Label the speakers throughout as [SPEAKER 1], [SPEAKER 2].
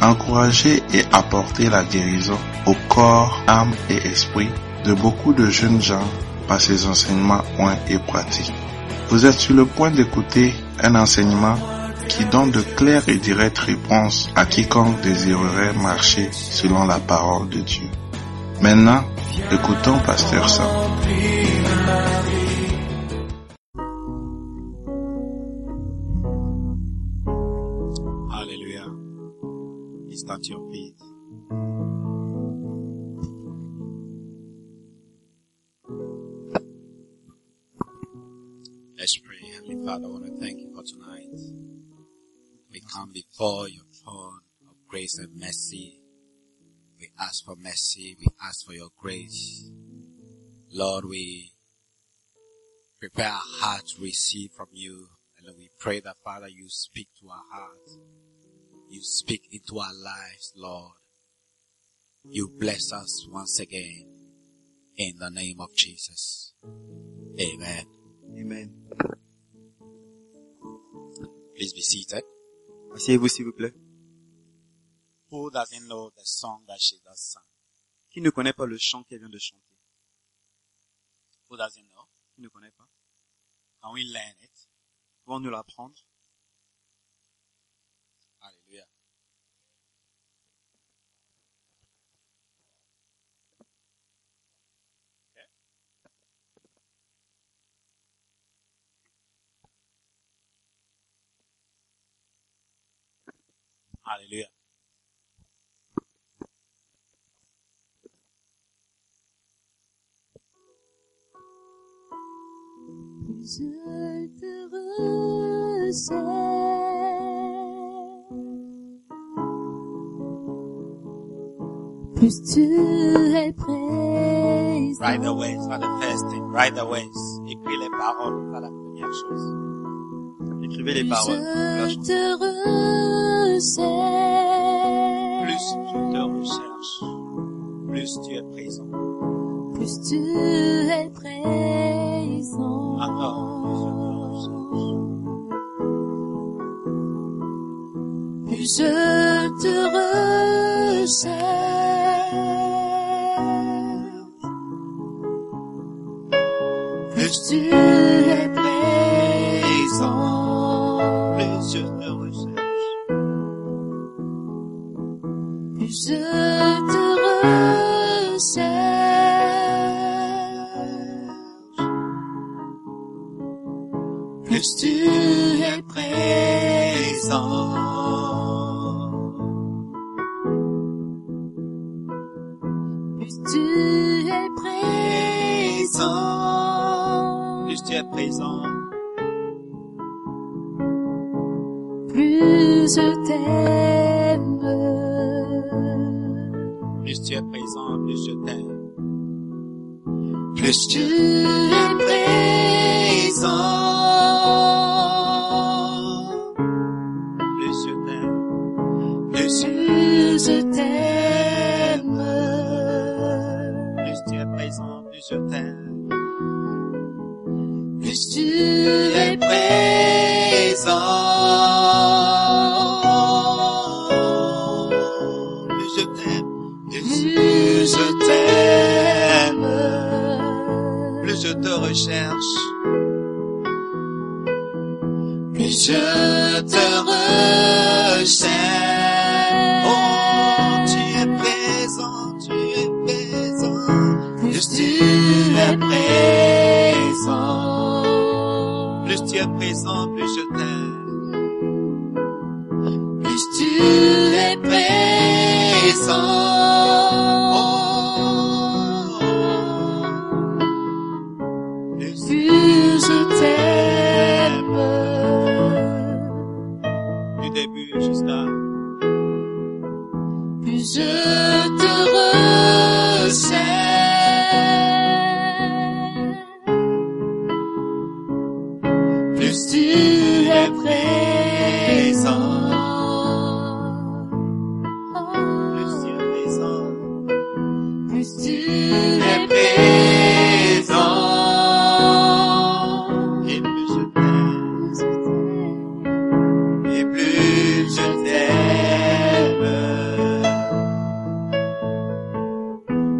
[SPEAKER 1] encourager et apporter la guérison au corps, âme et esprit de beaucoup de jeunes gens par ses enseignements points et pratiques. Vous êtes sur le point d'écouter un enseignement qui donne de claires et directes réponses à quiconque désirerait marcher selon la parole de Dieu. Maintenant, écoutons Pasteur Sam.
[SPEAKER 2] Hallelujah. Please stand to your feet. Let's pray. Heavenly Father, I want to thank you for tonight. We come before your throne of grace and mercy. We ask for mercy. We ask for your grace. Lord, we prepare our hearts to receive from you. And we pray that Father, you speak to our hearts. You speak into our lives, Lord. You bless us once again in the name of Jesus. Amen.
[SPEAKER 3] Amen.
[SPEAKER 2] Please be seated.
[SPEAKER 3] Asseyez-vous s'il vous plaît.
[SPEAKER 2] Who doesn't know the song that she just sang?
[SPEAKER 3] Qui ne connaît pas le chant qu'elle vient de chanter
[SPEAKER 2] Who doesn't know?
[SPEAKER 3] Qui ne connaît pas
[SPEAKER 2] Can we learn it?
[SPEAKER 3] Pouvons-nous l'apprendre
[SPEAKER 2] Hallelujah. Okay. Hallelujah.
[SPEAKER 4] Je te recherche. Plus tu es présent.
[SPEAKER 2] Write the words. That's the first thing. Write the words. Écris les paroles. Voilà la première chose.
[SPEAKER 3] Écrivez les paroles. de la
[SPEAKER 4] Je
[SPEAKER 3] chanson.
[SPEAKER 4] te
[SPEAKER 2] Plus
[SPEAKER 4] recherche.
[SPEAKER 2] tu te recherches, plus tu es présent.
[SPEAKER 4] Plus tu es présent. Plus je te recherche. Plus tu es présent.
[SPEAKER 2] Plus je te recherche,
[SPEAKER 4] Plus je te recherche. Plus tu es présent. Plus tu es présent.
[SPEAKER 2] plus tu es présent,
[SPEAKER 4] Plus je t'aime.
[SPEAKER 2] plus tu es présent, plus je t'aime.
[SPEAKER 4] plus tu es présent,
[SPEAKER 2] Plus je t'aime,
[SPEAKER 4] plus je t'aime,
[SPEAKER 2] plus tu es présent, plus je t'aime.
[SPEAKER 4] plus tu es présent,
[SPEAKER 2] Plus je t'aime, plus,
[SPEAKER 4] plus je t'aime,
[SPEAKER 2] plus je te recherche,
[SPEAKER 4] plus je te recherche.
[SPEAKER 2] oh, tu es présent, tu es présent,
[SPEAKER 4] Plus tu es présent,
[SPEAKER 2] plus tu es présent, plus je t'aime,
[SPEAKER 4] plus tu es Oh, présent,
[SPEAKER 2] plus
[SPEAKER 4] plus oh. je t'aime,
[SPEAKER 2] du début jusqu'à
[SPEAKER 4] Christ, tu
[SPEAKER 3] Plus tu
[SPEAKER 4] es présent.
[SPEAKER 3] es présent,
[SPEAKER 4] Plus tu es présent.
[SPEAKER 3] et plus je t'aime, et plus je t'aime.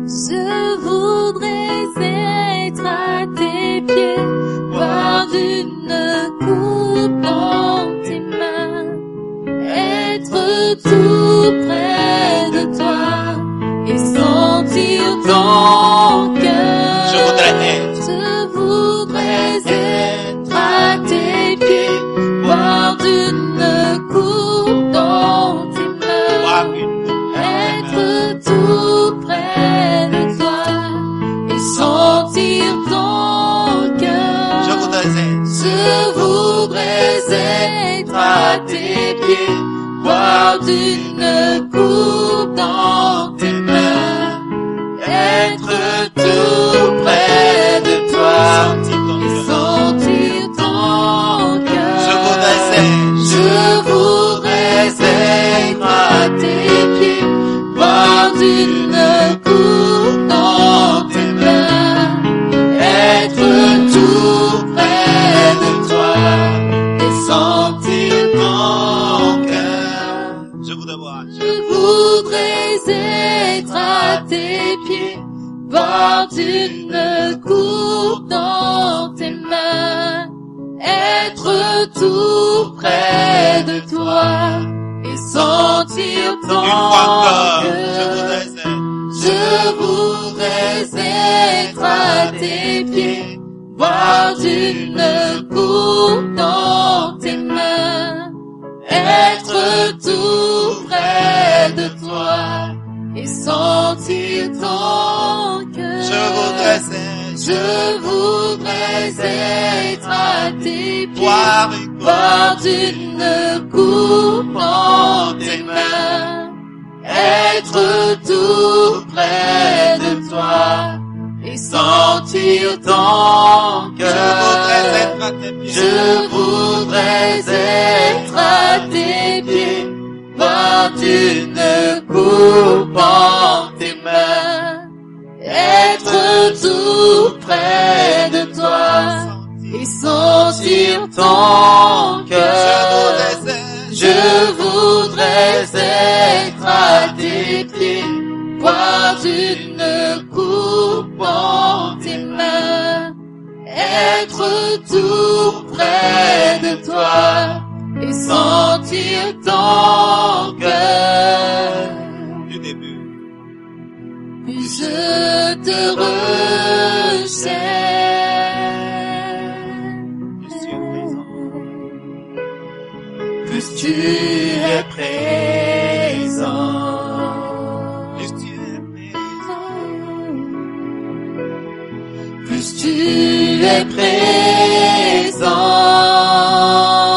[SPEAKER 4] Je voudrais être à tes pieds, boire d'une coupe dans tes mains, être tout près de toi et sentir ton cœur.
[SPEAKER 2] Je voudrais être
[SPEAKER 4] Je voudrais être à tes pieds, boire d'une coupe dans tes mains,
[SPEAKER 2] toi une
[SPEAKER 4] être tout près de toi et sentir ton cœur.
[SPEAKER 3] Je voudrais être
[SPEAKER 4] Je voudrais être à tes pieds, boire d'une coupe dans tes mains, être tout près de toi
[SPEAKER 3] sentir ton
[SPEAKER 4] et
[SPEAKER 3] cœur.
[SPEAKER 4] sentir ton
[SPEAKER 3] Je
[SPEAKER 4] cœur.
[SPEAKER 3] voudrais être,
[SPEAKER 4] Je voudrais être à
[SPEAKER 3] je voudrais voir, je Une fois encore, je voudrais
[SPEAKER 4] tes pieds, boire d'une coupe dans tes mains, être tout près de toi et sentir ton cœur. Je voudrais être à tes pieds, boire d'une coupe dans tes mains, être tout près de toi et sentir ton cœur.
[SPEAKER 3] être,
[SPEAKER 4] Je voudrais être à tes pieds, boire d'une coupe dans tes mains, être tout près de toi et sentir ton cœur.
[SPEAKER 3] je voudrais être,
[SPEAKER 4] Je voudrais être à tes pieds,
[SPEAKER 3] boire une
[SPEAKER 4] boire d'une coupe dans tes mains, être tout près de toi et sentir ton
[SPEAKER 3] Je voudrais
[SPEAKER 4] cœur.
[SPEAKER 3] être à tes pieds.
[SPEAKER 4] Je voudrais être à tes pieds, boire d'une coupe en tes mains, être tout près de toi et sentir ton
[SPEAKER 3] Je
[SPEAKER 4] cœur.
[SPEAKER 3] voudrais être,
[SPEAKER 4] Je voudrais être à tes pieds, boire d'une coupe en tes mains, être tout près de toi et sentir ton cœur.
[SPEAKER 3] du début,
[SPEAKER 4] Plus je te recherche,
[SPEAKER 3] plus tu es présent,
[SPEAKER 4] plus tu es présent.
[SPEAKER 3] plus tu es présent,
[SPEAKER 4] Plus tu es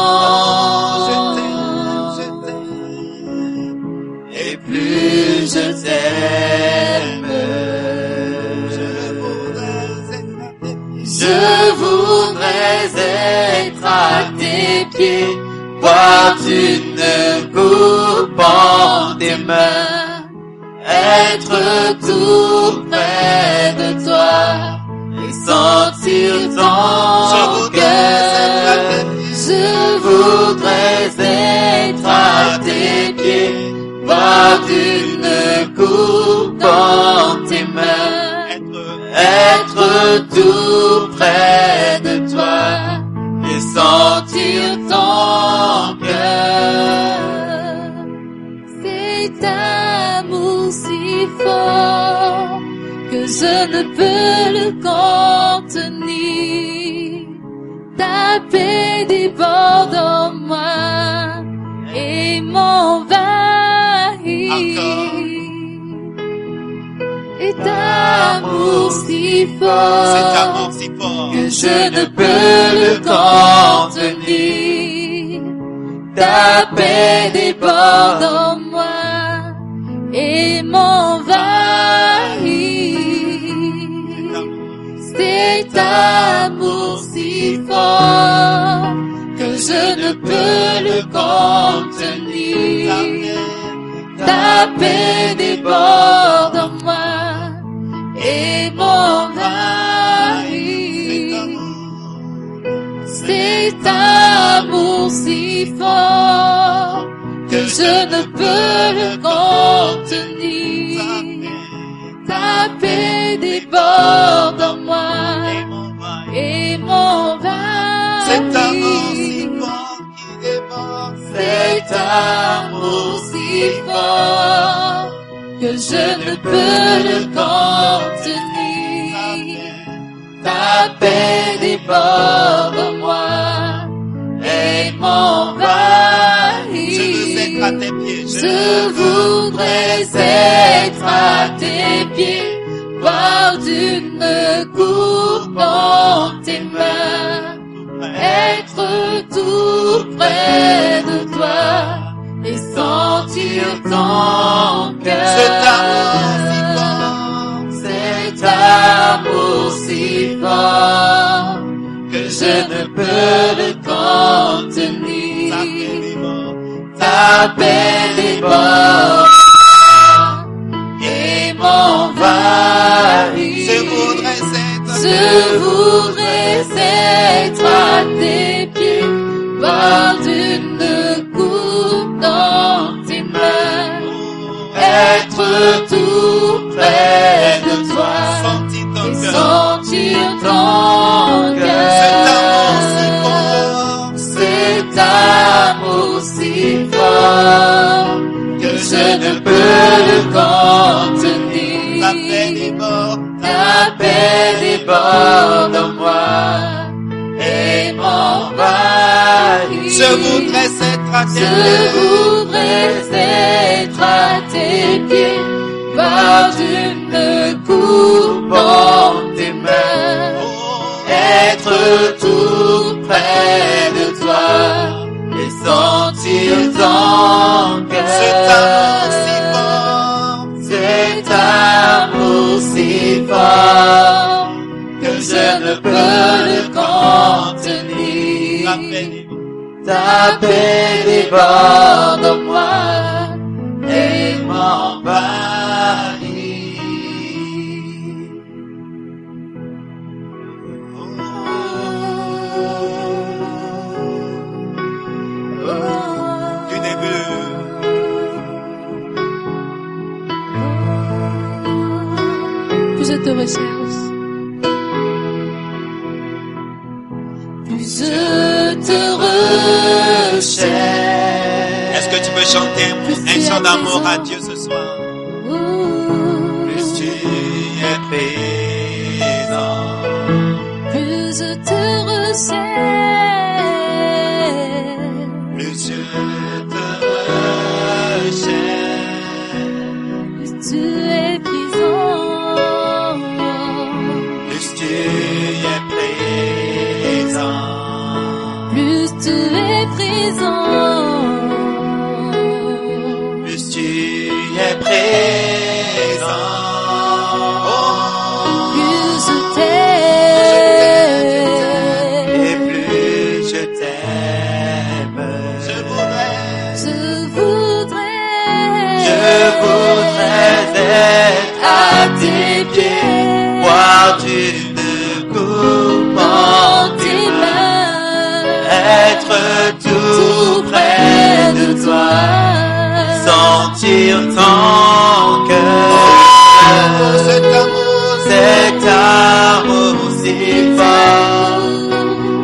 [SPEAKER 3] je
[SPEAKER 4] présent.
[SPEAKER 3] t'aime, je t'aime,
[SPEAKER 4] Et plus je t'aime,
[SPEAKER 3] je voudrais être à tes pieds.
[SPEAKER 4] je voudrais être à tes pieds, boire d'une coupe en tes mains, être tout près de toi et sentir ton
[SPEAKER 3] Je voudrais être à
[SPEAKER 4] cœur.
[SPEAKER 3] tes pieds.
[SPEAKER 4] Je voudrais être à tes pieds, boire d'une coupe en tes mains
[SPEAKER 3] être,
[SPEAKER 4] être tout près de toi et sentir ton cœur. Cet amour si fort que je ne peux le contenir. Ta paix déborde en moi et m'envahit. Et d'amour si
[SPEAKER 3] cet
[SPEAKER 4] fort
[SPEAKER 3] amour si fort,
[SPEAKER 4] que je ne peux le contenir. Ta paix déborde en moi et m'envahit. Cet amour si fort ne peut le contenir. Ta paix déborde en moi et mon âme. C'est un amour si fort que je ne peux le contenir. Ta paix déborde en moi et mon âme.
[SPEAKER 5] Cet amour si fort qui déborde,
[SPEAKER 4] Cet amour si fort que je ne peux le contenir. Ta paix déborde en moi et
[SPEAKER 5] Je veux être à
[SPEAKER 4] m'envahit.
[SPEAKER 5] tes pieds,
[SPEAKER 4] Je voudrais être à tes pieds, voir d'une coupe dans tes mains être tout près de toi et sentir ton
[SPEAKER 5] Cet
[SPEAKER 4] cœur.
[SPEAKER 5] amour si
[SPEAKER 4] Cet
[SPEAKER 5] fort,
[SPEAKER 4] amour si fort que je ne peux le
[SPEAKER 5] ta paix
[SPEAKER 4] contenir.
[SPEAKER 5] déborde,
[SPEAKER 4] Ta paix déborde et Ah, m'envahit.
[SPEAKER 5] Je voudrais être à
[SPEAKER 4] Je voudrais être à tes pieds, voir d'une coupe dans tes mains, être tout près de toi
[SPEAKER 5] Sentir
[SPEAKER 4] et
[SPEAKER 5] ton cœur.
[SPEAKER 4] sentir ton
[SPEAKER 5] Cet amour
[SPEAKER 4] cœur. Cet amour
[SPEAKER 5] si fort,
[SPEAKER 4] si fort que je ne peux le contenir.
[SPEAKER 5] la paix déborde,
[SPEAKER 4] Ta paix déborde en moi et m'envahit.
[SPEAKER 5] Je voudrais être à tes
[SPEAKER 4] Je
[SPEAKER 5] pieds,
[SPEAKER 4] voudrais être à tes pieds par une coupe dans tes mains. Être tout près de toi et sentir ton
[SPEAKER 5] cet amour si
[SPEAKER 4] cœur. Cet amour si
[SPEAKER 5] fort,
[SPEAKER 4] fort que je ne peux le
[SPEAKER 5] la paix
[SPEAKER 4] contenir.
[SPEAKER 5] déborde.
[SPEAKER 4] Ta paix déborde en moi et m'envahit.
[SPEAKER 5] du début.
[SPEAKER 4] Plus je te recherche, plus je te recherche.
[SPEAKER 5] Est-ce que tu peux chanter un- un chant d'amour à Dieu ce soir?
[SPEAKER 4] Ouh,
[SPEAKER 5] Plus tu es présent,
[SPEAKER 4] plus je te recherche,
[SPEAKER 5] plus je te recherche,
[SPEAKER 4] plus tu es présent,
[SPEAKER 5] plus tu es présent,
[SPEAKER 4] plus tu es présent.
[SPEAKER 5] plus tu es présent.
[SPEAKER 4] Plus je
[SPEAKER 5] Et
[SPEAKER 4] t'aime,
[SPEAKER 5] plus je t'aime, je voudrais,
[SPEAKER 4] je voudrais,
[SPEAKER 5] je voudrais être
[SPEAKER 4] à tes pieds,
[SPEAKER 5] Boire d'une coupe
[SPEAKER 4] dans
[SPEAKER 5] en
[SPEAKER 4] tes
[SPEAKER 5] tes mains,
[SPEAKER 4] mains,
[SPEAKER 5] être
[SPEAKER 4] tout près de toi,
[SPEAKER 5] sentir ton cœur. Cet amour, cet amour si fort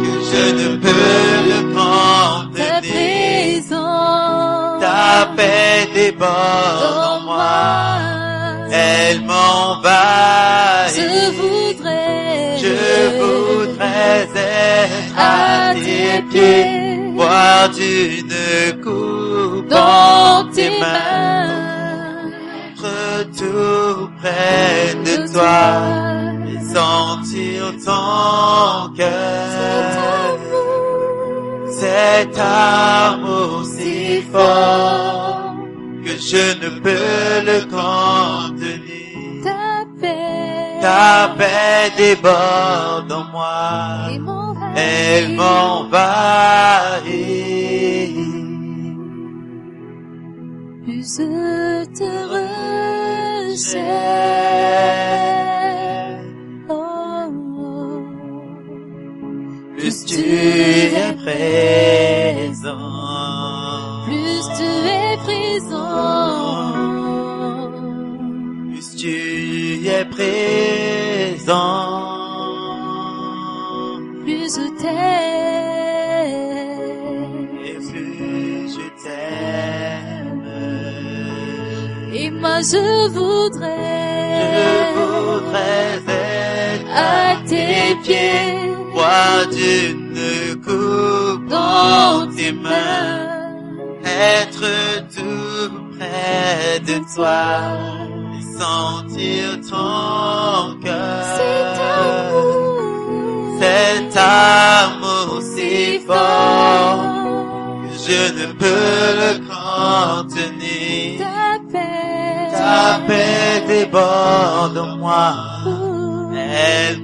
[SPEAKER 5] que je ne peux le
[SPEAKER 4] ta
[SPEAKER 5] contenir.
[SPEAKER 4] présence,
[SPEAKER 5] Ta paix déborde en
[SPEAKER 4] dans
[SPEAKER 5] moi,
[SPEAKER 4] moi.
[SPEAKER 5] elle m'envahit.
[SPEAKER 4] Je voudrais,
[SPEAKER 5] Je voudrais être
[SPEAKER 4] à tes pieds,
[SPEAKER 5] boire d'une coupe
[SPEAKER 4] dans tes mains,
[SPEAKER 5] être tout près de toi et sentir ton cœur. Cet amour si fort que je ne peux le contenir.
[SPEAKER 4] ta paix,
[SPEAKER 5] Ta paix déborde en moi.
[SPEAKER 4] et mon
[SPEAKER 5] Elle
[SPEAKER 4] rêve.
[SPEAKER 5] m'envahit.
[SPEAKER 4] je te recherche. Oh, oh.
[SPEAKER 3] plus tu es présent,
[SPEAKER 4] Plus tu es présent,
[SPEAKER 3] plus tu es présent,
[SPEAKER 4] plus je t'aime.
[SPEAKER 3] et plus je t'aime.
[SPEAKER 4] Et moi je
[SPEAKER 3] Je
[SPEAKER 4] voudrais
[SPEAKER 3] voudrais être
[SPEAKER 4] à tes pieds,
[SPEAKER 3] Boire d'une coupe
[SPEAKER 4] dans
[SPEAKER 3] tes mains. être tout près de toi et sentir ton
[SPEAKER 4] Cet
[SPEAKER 3] cœur.
[SPEAKER 4] amour,
[SPEAKER 3] Cet amour si fort que je ne peux le contenir.
[SPEAKER 4] ta paix,
[SPEAKER 3] Ta paix déborde en moi,
[SPEAKER 4] Oh,
[SPEAKER 3] elle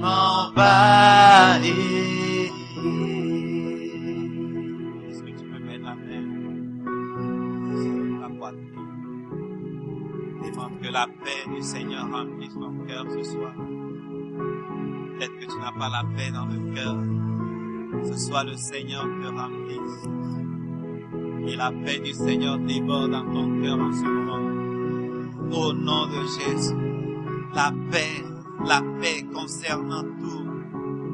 [SPEAKER 3] m'envahit.
[SPEAKER 5] Est-ce que tu peux mettre la main sur la poitrine? Demande que la paix du Seigneur remplisse ton cœur ce soir. Peut-être que tu n'as pas la paix dans le cœur. Ce soit le Seigneur te remplisse. Et la paix du Seigneur déborde dans ton cœur en ce moment. Au nom de Jésus, la paix, la paix concernant tout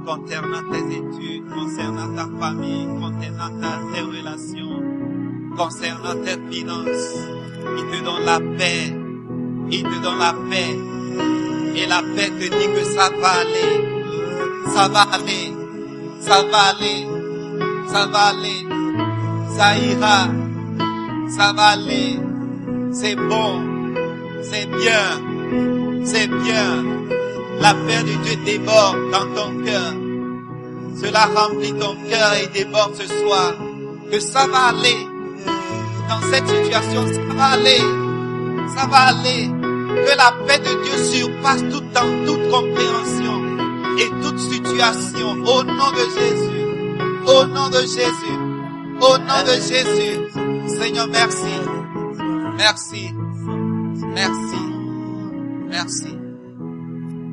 [SPEAKER 5] concernant tes études, concernant ta famille, concernant ta- tes relations, concernant tes finances. Il te donne la paix. Il te donne la paix. Et la paix te dit que ça va aller. Ça va aller. Ça va aller. Ça va aller. Ça ira. Ça va aller. C'est bon. C'est bien. C'est bien. La paix de Dieu déborde dans ton cœur. Cela remplit ton cœur et déborde ce soir. Que ça va aller. Dans cette situation, ça va aller. Ça va aller. Que la paix de Dieu surpasse tout temps, toute compréhension et toute situation. Au nom de Jésus. Au nom de Jésus. Au nom de Jésus. Seigneur, merci. Merci. Merci. Merci.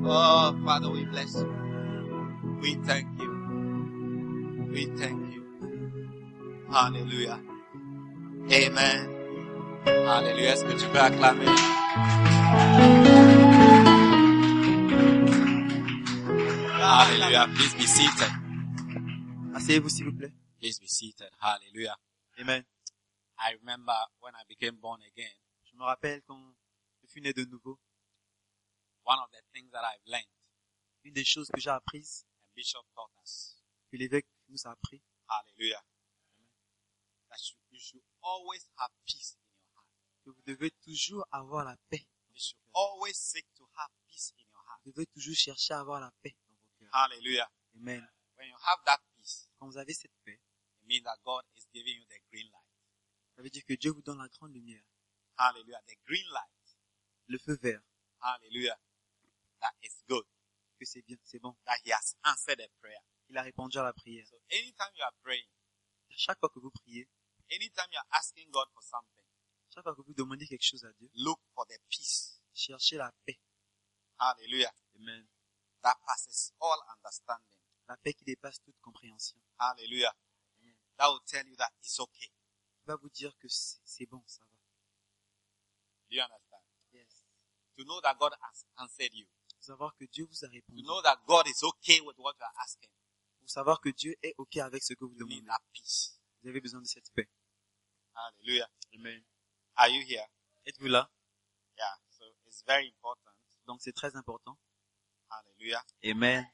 [SPEAKER 5] Oh, Father, we bless you. We thank you. We thank you. Hallelujah. Amen. Hallelujah. Est-ce que tu peux acclamer? Hallelujah. Please be seated.
[SPEAKER 3] Asseyez-vous s'il vous plaît.
[SPEAKER 5] Please be seated. Hallelujah.
[SPEAKER 3] Amen.
[SPEAKER 5] I remember when I became born again,
[SPEAKER 3] Je me rappelle quand je suis né de nouveau,
[SPEAKER 5] one of the things that I've learned,
[SPEAKER 3] une des choses que j'ai apprises,
[SPEAKER 5] and Bishop taught us,
[SPEAKER 3] que l'évêque nous a appris,
[SPEAKER 5] hallelujah, that you, you should always have peace in your heart.
[SPEAKER 3] que vous devez toujours avoir la paix.
[SPEAKER 5] You should always seek to have peace in your heart.
[SPEAKER 3] Vous devez toujours chercher à avoir la paix dans vos cœurs.
[SPEAKER 5] Hallelujah.
[SPEAKER 3] Amen.
[SPEAKER 5] When you have that peace,
[SPEAKER 3] Quand vous avez cette paix,
[SPEAKER 5] it means that God is giving you the green light.
[SPEAKER 3] ça veut dire que Dieu vous donne la grande lumière,
[SPEAKER 5] Hallelujah. The green light.
[SPEAKER 3] le feu vert,
[SPEAKER 5] Hallelujah. That is good.
[SPEAKER 3] que c'est bien, c'est bon.
[SPEAKER 5] That He has answered a prayer.
[SPEAKER 3] Il a répondu à la prière.
[SPEAKER 5] So anytime you are praying,
[SPEAKER 3] À chaque fois que vous priez,
[SPEAKER 5] anytime you are asking God for something,
[SPEAKER 3] chaque fois que vous demandez quelque chose à Dieu,
[SPEAKER 5] look for the peace.
[SPEAKER 3] cherchez la paix.
[SPEAKER 5] Hallelujah.
[SPEAKER 3] Amen.
[SPEAKER 5] That passes all understanding.
[SPEAKER 3] La paix qui dépasse toute compréhension.
[SPEAKER 5] Hallelujah. Mm. That will tell you that it's okay.
[SPEAKER 3] Il va vous dire que c'est c'est bon, ça va.
[SPEAKER 5] Do you understand? To know that God has answered you.
[SPEAKER 3] Pour savoir que Dieu vous a répondu.
[SPEAKER 5] To know that God is okay with what you are asking.
[SPEAKER 3] Pour savoir que Dieu est OK avec ce que vous
[SPEAKER 5] You need
[SPEAKER 3] demandez.
[SPEAKER 5] that peace.
[SPEAKER 3] Vous avez besoin de cette paix.
[SPEAKER 5] Hallelujah.
[SPEAKER 3] Amen.
[SPEAKER 5] Are you here?
[SPEAKER 3] Êtes-vous là?
[SPEAKER 5] Yeah. So it's very important.
[SPEAKER 3] Donc c'est très important.
[SPEAKER 5] Hallelujah.
[SPEAKER 3] Amen.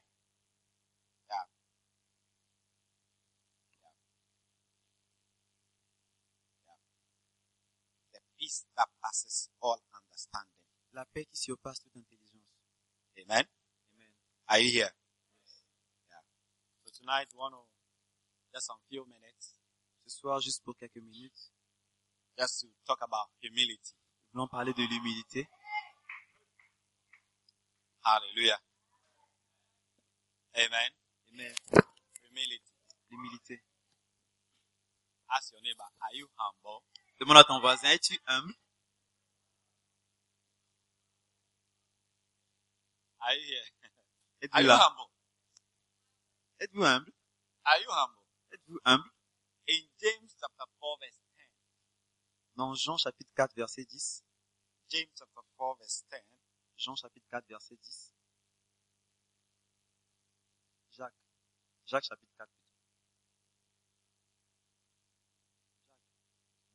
[SPEAKER 5] The peace that passes all understanding.
[SPEAKER 3] La paix qui surpasse toute intelligence.
[SPEAKER 5] Amen.
[SPEAKER 3] Amen.
[SPEAKER 5] Are you here? Yeah. So tonight, we want to just some few minutes,
[SPEAKER 3] Ce soir, juste pour quelques minutes,
[SPEAKER 5] just to talk about humility.
[SPEAKER 3] nous voulons parler de l'humilité.
[SPEAKER 5] Hallelujah. Amen.
[SPEAKER 3] Amen.
[SPEAKER 5] Humility.
[SPEAKER 3] L'humilité.
[SPEAKER 5] Ask your neighbor, are you humble?
[SPEAKER 3] Demande à ton voisin, es-tu humble?
[SPEAKER 5] Are you here? Are
[SPEAKER 3] Êtes-vous
[SPEAKER 5] you
[SPEAKER 3] là?
[SPEAKER 5] humble?
[SPEAKER 3] Êtes-vous humble?
[SPEAKER 5] Are you humble?
[SPEAKER 3] Êtes-vous humble?
[SPEAKER 5] In James chapter 4 verse
[SPEAKER 3] Dans Jean chapitre 4 verset 10,
[SPEAKER 5] 10, James chapter 4 verse 10,
[SPEAKER 3] Jean chapitre 4 verset 10, Jacques, Jacques chapitre 4,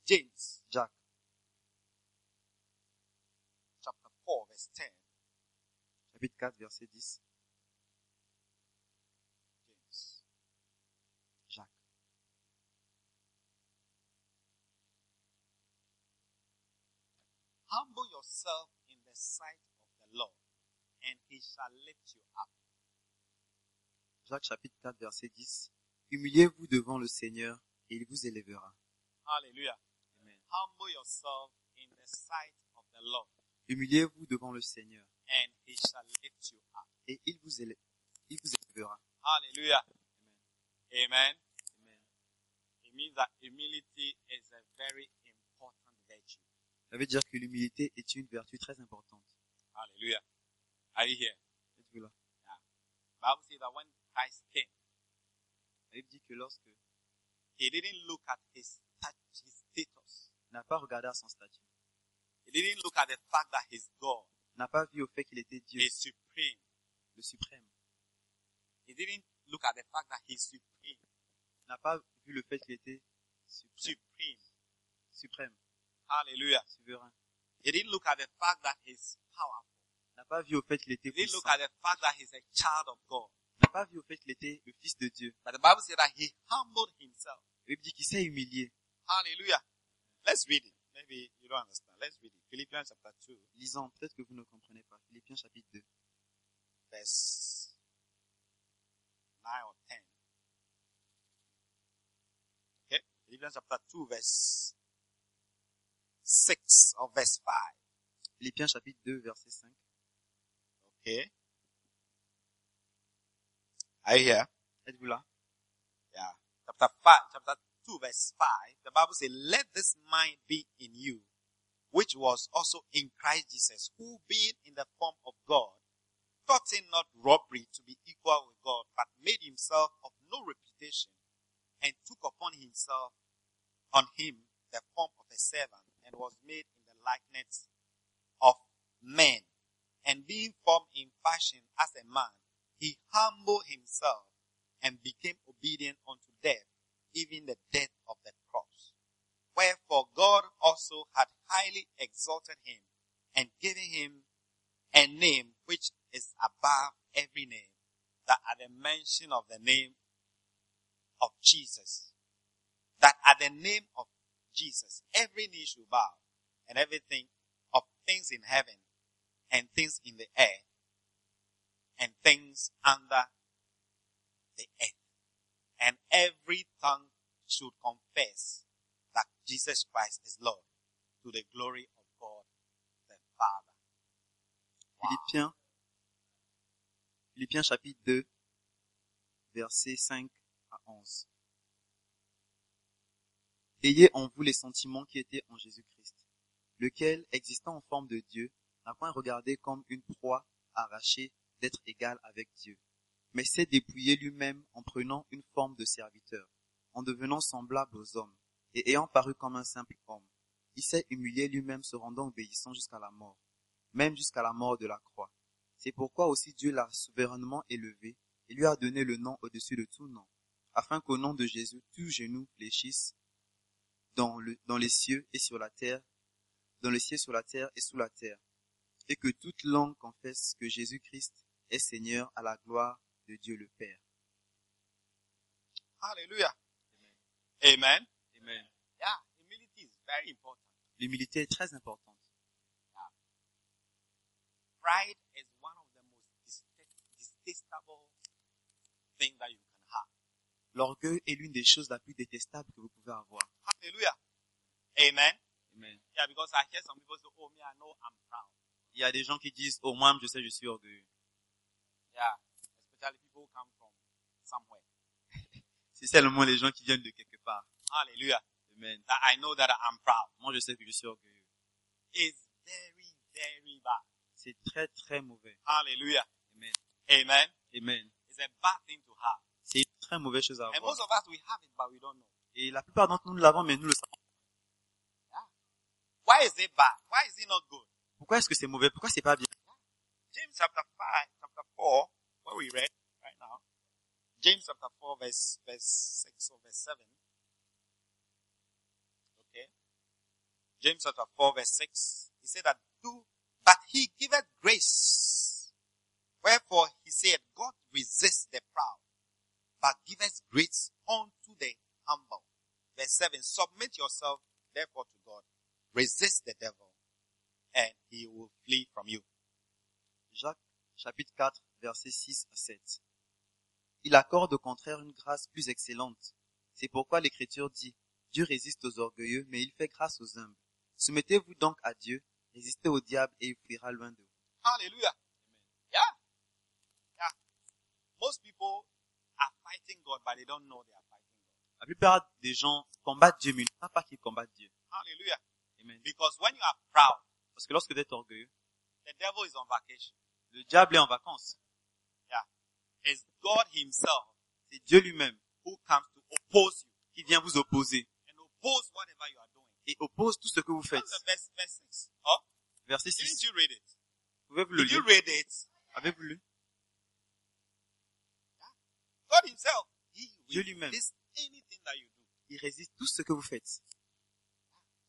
[SPEAKER 5] James
[SPEAKER 3] Jacques
[SPEAKER 5] chapter 4 verse 10,
[SPEAKER 3] chapitre 4 verset 10,
[SPEAKER 5] James.
[SPEAKER 3] Jacques,
[SPEAKER 5] Humble yourself in the sight of the Lord, and he shall lift you up.
[SPEAKER 3] Jacques chapitre 4 verset 10, Humiliez-vous devant le Seigneur et il vous élèvera.
[SPEAKER 5] Hallelujah.
[SPEAKER 3] Amen.
[SPEAKER 5] Humble yourself in the sight of the Lord,
[SPEAKER 3] Humiliez-vous devant le Seigneur
[SPEAKER 5] and he shall lift you up.
[SPEAKER 3] et il vous, élè- il vous élèvera.
[SPEAKER 5] Hallelujah. Amen.
[SPEAKER 3] Amen.
[SPEAKER 5] It means that humility is a very important virtue.
[SPEAKER 3] Ça veut dire que l'humilité est une vertu très importante.
[SPEAKER 5] Hallelujah. Are you here?
[SPEAKER 3] Êtes-vous là?
[SPEAKER 5] Bible says that when Christ came,
[SPEAKER 3] La Bible dit que lorsque
[SPEAKER 5] he didn't look at his, stat- his status.
[SPEAKER 3] n'a pas regardé à son statut,
[SPEAKER 5] He didn't look at the fact that his God
[SPEAKER 3] n'a pas vu au fait qu'il était Dieu,
[SPEAKER 5] is supreme.
[SPEAKER 3] le suprême,
[SPEAKER 5] He didn't look at the fact that he's supreme.
[SPEAKER 3] n'a pas vu le fait qu'il était suprême,
[SPEAKER 5] Supreme.
[SPEAKER 3] suprême,
[SPEAKER 5] Hallelujah.
[SPEAKER 3] souverain,
[SPEAKER 5] He didn't look at the fact that he's powerful.
[SPEAKER 3] n'a pas vu au fait qu'il était
[SPEAKER 5] He didn't
[SPEAKER 3] puissant,
[SPEAKER 5] look at the fact that he's a child of God.
[SPEAKER 3] n'a pas vu au fait qu'il était le Fils de Dieu.
[SPEAKER 5] But the Bible says that he humbled himself.
[SPEAKER 3] La Bible dit qu'il s'est humilié.
[SPEAKER 5] Hallelujah. Let's read it. Maybe you don't understand. Let's read it. Philippians chapter 2,
[SPEAKER 3] Lisons, peut-être que vous ne comprenez pas. Philippiens chapitre 2,
[SPEAKER 5] verse 9 or 10. Okay? Philippians chapter 2, verse 6 or verse 5.
[SPEAKER 3] Philippiens chapitre 2, verset 5.
[SPEAKER 5] Okay? Are you here?
[SPEAKER 3] Êtes-vous là?
[SPEAKER 5] Yeah. Chapter 5, chapter 2, verse 5, the Bible says, Let this mind be in you, which was also in Christ Jesus, who being in the form of God, thought it not robbery to be equal with God, but made himself of no reputation, and took upon himself, on him, the form of a servant, and was made in the likeness of men. And being formed in fashion as a man, he humbled himself and became obedient unto death, even the death of the cross. Wherefore God also had highly exalted him and given him a name which is above every name, that at the mention of the name of Jesus, that at the name of Jesus, every knee should bow and everything of things in heaven and things in the air and things under the earth. And every tongue should confess that Jesus Christ is Lord to the glory of God the Father.
[SPEAKER 3] Philippiens, Philippiens chapitre 2, versets 5 à 11. Ayez en vous les sentiments qui étaient en Jésus-Christ, lequel, existant en forme de Dieu, n'a point regardé comme une proie arrachée d'être égal avec Dieu, mais s'est dépouillé lui-même en prenant une forme de serviteur, en devenant semblable aux hommes, et ayant paru comme un simple homme. Il s'est humilié lui-même, se rendant obéissant jusqu'à la mort même jusqu'à la mort de la croix. C'est pourquoi aussi Dieu l'a souverainement élevé et lui a donné le nom au-dessus de tout nom, afin qu'au nom de Jésus, tous genoux fléchissent dans, le- dans les cieux et sur la terre, dans les cieux, sur la terre et sous la terre, et que toute langue confesse que Jésus-Christ est Seigneur à la gloire de Dieu le Père.
[SPEAKER 5] Hallelujah. Amen.
[SPEAKER 3] Amen.
[SPEAKER 5] Yeah, humility is very important.
[SPEAKER 3] L'humilité est très importante.
[SPEAKER 5] Pride is one of the most dist- distastable things that you can have.
[SPEAKER 3] L'orgueil est l'une des choses la plus détestable que vous pouvez avoir.
[SPEAKER 5] Hallelujah. Amen.
[SPEAKER 3] Amen.
[SPEAKER 5] Yeah, because I hear some people say, oh, me, I know I'm proud.
[SPEAKER 3] Il y a des gens qui disent, oh, moi, je sais, je suis orgueilleux.
[SPEAKER 5] Yeah, especially people who come from somewhere.
[SPEAKER 3] C'est seulement les gens qui viennent de quelque part.
[SPEAKER 5] Hallelujah.
[SPEAKER 3] Amen.
[SPEAKER 5] That I know that I'm proud.
[SPEAKER 3] Moi, je sais que je suis orgueilleux.
[SPEAKER 5] It's very, very bad.
[SPEAKER 3] C'est très, très mauvais.
[SPEAKER 5] Hallelujah. Amen.
[SPEAKER 3] Amen.
[SPEAKER 5] It's a bad thing to have.
[SPEAKER 3] C'est une très mauvaise chose à
[SPEAKER 5] And most
[SPEAKER 3] avoir.
[SPEAKER 5] of us, we have it, but we don't know.
[SPEAKER 3] Et la plupart d'entre nous nous l'avons, mais nous le savons.
[SPEAKER 5] Why is it bad? Why is it not good?
[SPEAKER 3] Pourquoi est-ce que c'est mauvais? Pourquoi c'est pas bien?
[SPEAKER 5] James chapter 5, chapter 4, what we read right now. James chapter 4, verse, verse 6 or verse 7. Okay. James chapter 4, verse 6. He said that do, but he giveth grace. Wherefore he said, God resists the proud, but giveth grace unto the humble. Verse 7. Submit yourself therefore to God. Resist the devil, and he will flee from you.
[SPEAKER 3] Jacques, chapitre 4, versets 6 à 7. Il accorde au contraire une grâce plus excellente. C'est pourquoi l'écriture dit, Dieu résiste aux orgueilleux, mais il fait grâce aux humbles. Soumettez-vous donc à Dieu, résistez au diable et il fuira loin de vous.
[SPEAKER 5] Hallelujah. Yeah. Yeah. Most people are fighting God, but they don't know they are fighting God.
[SPEAKER 3] La plupart des gens combattent Dieu, mais ils ne savent pas qu'ils combattent Dieu.
[SPEAKER 5] Hallelujah.
[SPEAKER 3] Amen.
[SPEAKER 5] Because when you are proud,
[SPEAKER 3] Parce que lorsque vous êtes orgueilleux,
[SPEAKER 5] the devil is on vacation.
[SPEAKER 3] le diable est en vacances.
[SPEAKER 5] It's God Himself
[SPEAKER 3] C'est Dieu lui-même
[SPEAKER 5] who comes to oppose you
[SPEAKER 3] qui vient vous opposer
[SPEAKER 5] and oppose whatever you are doing.
[SPEAKER 3] et oppose tout ce que vous faites.
[SPEAKER 5] That's the verse, verse 6. Huh?
[SPEAKER 3] Verset
[SPEAKER 5] Didn't
[SPEAKER 3] 6.
[SPEAKER 5] you read it?
[SPEAKER 3] Pouvez-vous le
[SPEAKER 5] Did you
[SPEAKER 3] lire?
[SPEAKER 5] read it?
[SPEAKER 3] Avez-vous lu?
[SPEAKER 5] God Himself, He
[SPEAKER 3] Dieu
[SPEAKER 5] will
[SPEAKER 3] lui-même.
[SPEAKER 5] resist anything that you do.
[SPEAKER 3] Il résiste tout ce que vous faites.
[SPEAKER 5] So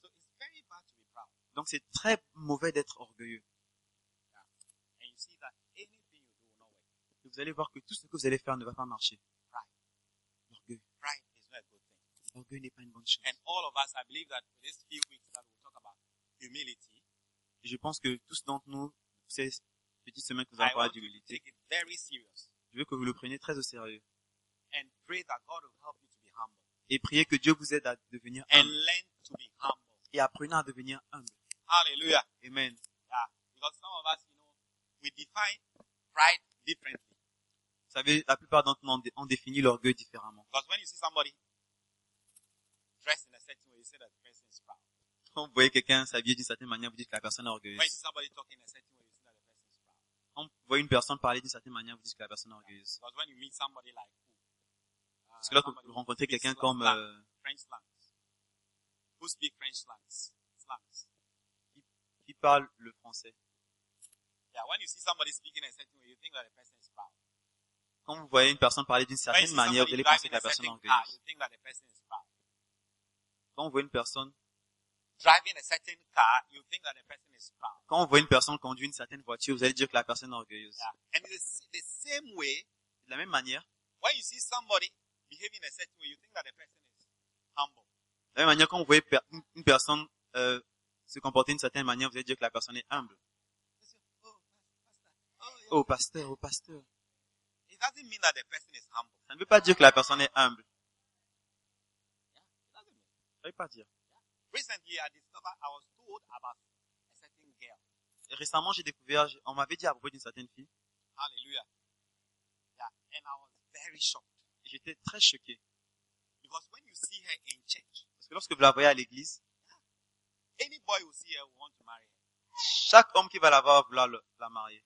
[SPEAKER 5] it's very bad to be proud.
[SPEAKER 3] Donc c'est très mauvais d'être orgueilleux.
[SPEAKER 5] And you see that anything you do will not work.
[SPEAKER 3] Et vous allez voir que tout ce que vous allez faire ne va pas marcher. L'orgueil.
[SPEAKER 5] Pride is not a good thing.
[SPEAKER 3] L'orgueil n'est pas une bonne chose.
[SPEAKER 5] And all of us, I believe that for these few weeks that we'll talk about humility,
[SPEAKER 3] Et je pense que tous d'entre nous, ces petites semaines que nous
[SPEAKER 5] I
[SPEAKER 3] allons parler
[SPEAKER 5] want you to
[SPEAKER 3] d'humilité,
[SPEAKER 5] take it very serious
[SPEAKER 3] je veux que vous le preniez très au sérieux.
[SPEAKER 5] and pray that God will help you to be humble
[SPEAKER 3] Et priez que Dieu vous aide à devenir
[SPEAKER 5] and
[SPEAKER 3] humble.
[SPEAKER 5] learn to be humble.
[SPEAKER 3] Et apprenez à devenir humble.
[SPEAKER 5] Hallelujah.
[SPEAKER 3] Amen.
[SPEAKER 5] Because some of us, you know, we define pride differently.
[SPEAKER 3] Vous savez, la plupart d'entre nous, on dé- on définit l'orgueil différemment.
[SPEAKER 5] Because when you see somebody dressed in a certain way, you say that the person is proud.
[SPEAKER 3] Quand vous voyez quelqu'un s'habiller d'une certaine manière, vous dites que la personne est
[SPEAKER 5] When you
[SPEAKER 3] orgueilleuse.
[SPEAKER 5] see somebody talking in a certain way, you say that the person is proud.
[SPEAKER 3] Quand vous voyez une personne parler d'une certaine manière, vous dites que la personne est orgueilleuse.
[SPEAKER 5] Because when you meet somebody like who? Uh,
[SPEAKER 3] Parce que lorsque
[SPEAKER 5] somebody
[SPEAKER 3] vous
[SPEAKER 5] who
[SPEAKER 3] rencontrez
[SPEAKER 5] speaks
[SPEAKER 3] quelqu'un
[SPEAKER 5] slang-
[SPEAKER 3] comme,
[SPEAKER 5] slang,
[SPEAKER 3] euh,
[SPEAKER 5] French slangs. Who speak French slangs? Slangs.
[SPEAKER 3] qui parle le français,
[SPEAKER 5] Yeah, when you see somebody speaking in a certain way, you think that the person is proud.
[SPEAKER 3] quand vous voyez une personne parler d'une
[SPEAKER 5] When you
[SPEAKER 3] certaine
[SPEAKER 5] see
[SPEAKER 3] manière, vous
[SPEAKER 5] somebody
[SPEAKER 3] allez penser
[SPEAKER 5] driving
[SPEAKER 3] que la
[SPEAKER 5] a
[SPEAKER 3] personne est
[SPEAKER 5] certain car,
[SPEAKER 3] orgueilleuse.
[SPEAKER 5] you think that the person is proud.
[SPEAKER 3] Quand vous voyez une personne,
[SPEAKER 5] Driving a certain car, you think that the person is proud.
[SPEAKER 3] quand vous voyez une personne conduire une certaine voiture, vous allez dire que la personne est orgueilleuse.
[SPEAKER 5] Yeah. And the, s- the same way,
[SPEAKER 3] De la même manière,
[SPEAKER 5] when you see somebody behaving a certain way, you think that the person is humble.
[SPEAKER 3] de la même manière, quand vous voyez per- une- une personne euh, se comporter d'une certaine manière, vous allez dire que la personne est humble.
[SPEAKER 5] Oh, pastor, oh, yeah.
[SPEAKER 3] Oh pasteur, oh pasteur.
[SPEAKER 5] It doesn't mean that the person is humble.
[SPEAKER 3] Ça ne veut pas dire que la personne est humble.
[SPEAKER 5] It doesn't mean.
[SPEAKER 3] Ça veut pas dire.
[SPEAKER 5] Recently, I discovered I was told about a certain girl.
[SPEAKER 3] Et Récemment, j'ai découvert, j'ai- on m'avait dit à propos d'une certaine fille,
[SPEAKER 5] Hallelujah. Yeah, and I was very shocked
[SPEAKER 3] et j'étais très choqué.
[SPEAKER 5] because when you see her in church,
[SPEAKER 3] Parce que lorsque vous la voyez à l'église,
[SPEAKER 5] any boy will see her will want to marry her
[SPEAKER 3] chaque homme qui va la voir va vouloir le- la marier.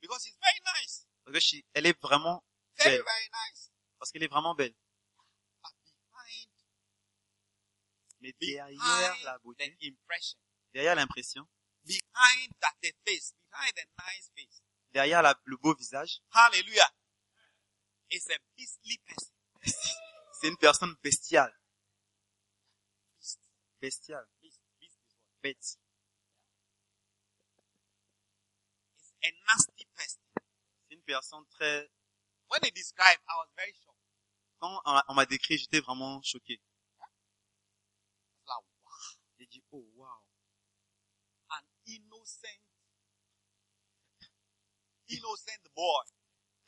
[SPEAKER 5] because she's very nice.
[SPEAKER 3] Parce que she- elle est vraiment,
[SPEAKER 5] Very,
[SPEAKER 3] Belle.
[SPEAKER 5] very nice.
[SPEAKER 3] parce qu'elle est vraiment belle.
[SPEAKER 5] But behind
[SPEAKER 3] Mais derrière
[SPEAKER 5] behind
[SPEAKER 3] la
[SPEAKER 5] the
[SPEAKER 3] beauté,
[SPEAKER 5] impression,
[SPEAKER 3] derrière l'impression,
[SPEAKER 5] behind that the face, behind the nice face,
[SPEAKER 3] derrière la- le beau visage,
[SPEAKER 5] hallelujah, it's a beastly person.
[SPEAKER 3] c'est une personne bestiale. Bestiale,
[SPEAKER 5] Beast, beast is what?
[SPEAKER 3] bête.
[SPEAKER 5] It's a nasty person.
[SPEAKER 3] C'est une personne très...
[SPEAKER 5] When they describe, I was very shocked.
[SPEAKER 3] Quand on, on m'a décrit, j'étais vraiment choqué.
[SPEAKER 5] I was like, wow,
[SPEAKER 3] J'ai dit, oh wow.
[SPEAKER 5] an innocent, innocent boy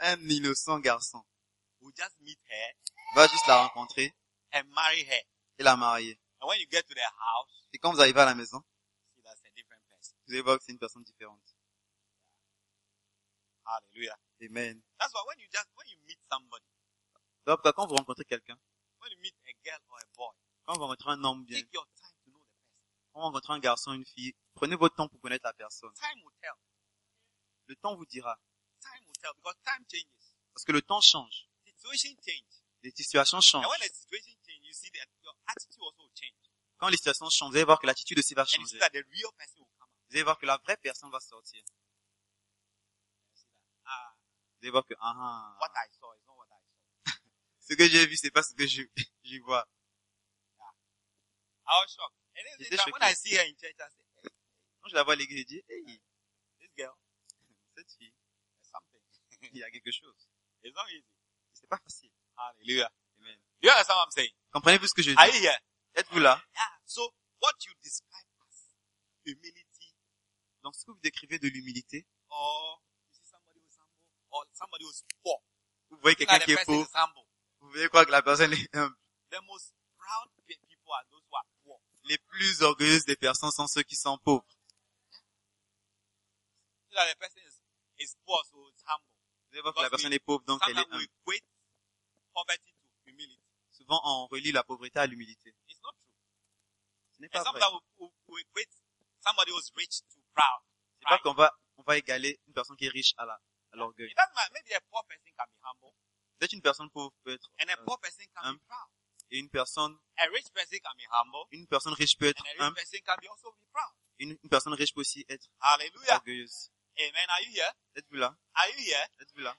[SPEAKER 3] Un innocent garçon
[SPEAKER 5] who just meet her
[SPEAKER 3] va juste la rencontrer
[SPEAKER 5] and marry her.
[SPEAKER 3] et la marier.
[SPEAKER 5] And when you get to their house,
[SPEAKER 3] Et quand vous arrivez à la maison,
[SPEAKER 5] see that's a different person.
[SPEAKER 3] vous allez voir que c'est une personne différente.
[SPEAKER 5] Hallelujah.
[SPEAKER 3] Amen.
[SPEAKER 5] That's why when you just when you meet somebody,
[SPEAKER 3] Donc, quand vous rencontrez quelqu'un,
[SPEAKER 5] when you meet a girl or a boy,
[SPEAKER 3] quand vous rencontrez un homme bien,
[SPEAKER 5] take your time to know the person.
[SPEAKER 3] quand vous rencontrez un garçon, une fille, prenez votre temps pour connaître la personne.
[SPEAKER 5] Time will tell.
[SPEAKER 3] Le temps vous dira.
[SPEAKER 5] Time tell because time changes.
[SPEAKER 3] Parce que le temps change.
[SPEAKER 5] Situation changes.
[SPEAKER 3] Les situations changent.
[SPEAKER 5] And when the situation changes, you see that your attitude also will change.
[SPEAKER 3] Quand les situations changent, vous allez voir que l'attitude aussi va
[SPEAKER 5] And you
[SPEAKER 3] changer.
[SPEAKER 5] see that the real person will come out.
[SPEAKER 3] Vous allez voir que la vraie personne va sortir.
[SPEAKER 5] Ah,
[SPEAKER 3] Vous allez voir que, ah, ah.
[SPEAKER 5] what I saw is not what I saw.
[SPEAKER 3] ce que j'ai vu, c'est pas ce que je, je vois.
[SPEAKER 5] I was shocked. And then
[SPEAKER 3] Is
[SPEAKER 5] later,
[SPEAKER 3] this
[SPEAKER 5] when I see her in church, I say, hey,
[SPEAKER 3] Quand je la vois à l'église, je dis, hey,
[SPEAKER 5] this girl,
[SPEAKER 3] cette fille,
[SPEAKER 5] there's something.
[SPEAKER 3] il y a quelque chose.
[SPEAKER 5] It's not easy.
[SPEAKER 3] C'est pas facile.
[SPEAKER 5] Hallelujah.
[SPEAKER 3] Amen.
[SPEAKER 5] You understand what I'm saying?
[SPEAKER 3] Comprenez-vous ce que je
[SPEAKER 5] Are
[SPEAKER 3] dis?
[SPEAKER 5] you here?
[SPEAKER 3] Êtes-vous là?
[SPEAKER 5] Yeah. So what you describe as humility
[SPEAKER 3] Donc, ce que vous décrivez de l'humilité,
[SPEAKER 5] or you see somebody who's humble or somebody who's poor.
[SPEAKER 3] vous voyez
[SPEAKER 5] You
[SPEAKER 3] quelqu'un
[SPEAKER 5] know,
[SPEAKER 3] qui
[SPEAKER 5] the
[SPEAKER 3] est
[SPEAKER 5] person
[SPEAKER 3] pauvre,
[SPEAKER 5] is humble.
[SPEAKER 3] vous voyez quoi que la personne est euh, humble.
[SPEAKER 5] The most proud pe- people are those who are poor.
[SPEAKER 3] Les plus orgueilleuses des personnes sont ceux qui sont pauvres.
[SPEAKER 5] You know, the person is, is poor, so it's humble.
[SPEAKER 3] Vous allez voir que la personne est pauvre, donc elle
[SPEAKER 5] Sometimes
[SPEAKER 3] est humble.
[SPEAKER 5] we equate poverty to humility.
[SPEAKER 3] Souvent, on relie la pauvreté à l'humilité.
[SPEAKER 5] It's not true.
[SPEAKER 3] Ce n'est
[SPEAKER 5] And
[SPEAKER 3] pas vrai.
[SPEAKER 5] sometimes we, we, we equate somebody who's rich to proud.
[SPEAKER 3] C'est pas qu'on va, on va égaler une personne qui est riche à la, à l'orgueil.
[SPEAKER 5] It doesn't matter. Maybe a poor person can be humble
[SPEAKER 3] Peut-être une personne pauvre peut être,
[SPEAKER 5] and a
[SPEAKER 3] euh,
[SPEAKER 5] poor person can be proud.
[SPEAKER 3] et une personne,
[SPEAKER 5] A rich person can be humble
[SPEAKER 3] une personne riche peut être
[SPEAKER 5] and a rich
[SPEAKER 3] humble,
[SPEAKER 5] person can be also be proud.
[SPEAKER 3] une, une personne riche peut aussi être
[SPEAKER 5] Hallelujah.
[SPEAKER 3] orgueilleuse.
[SPEAKER 5] Amen. Are you here?
[SPEAKER 3] Êtes-vous là?
[SPEAKER 5] Are you here?
[SPEAKER 3] Êtes-vous là?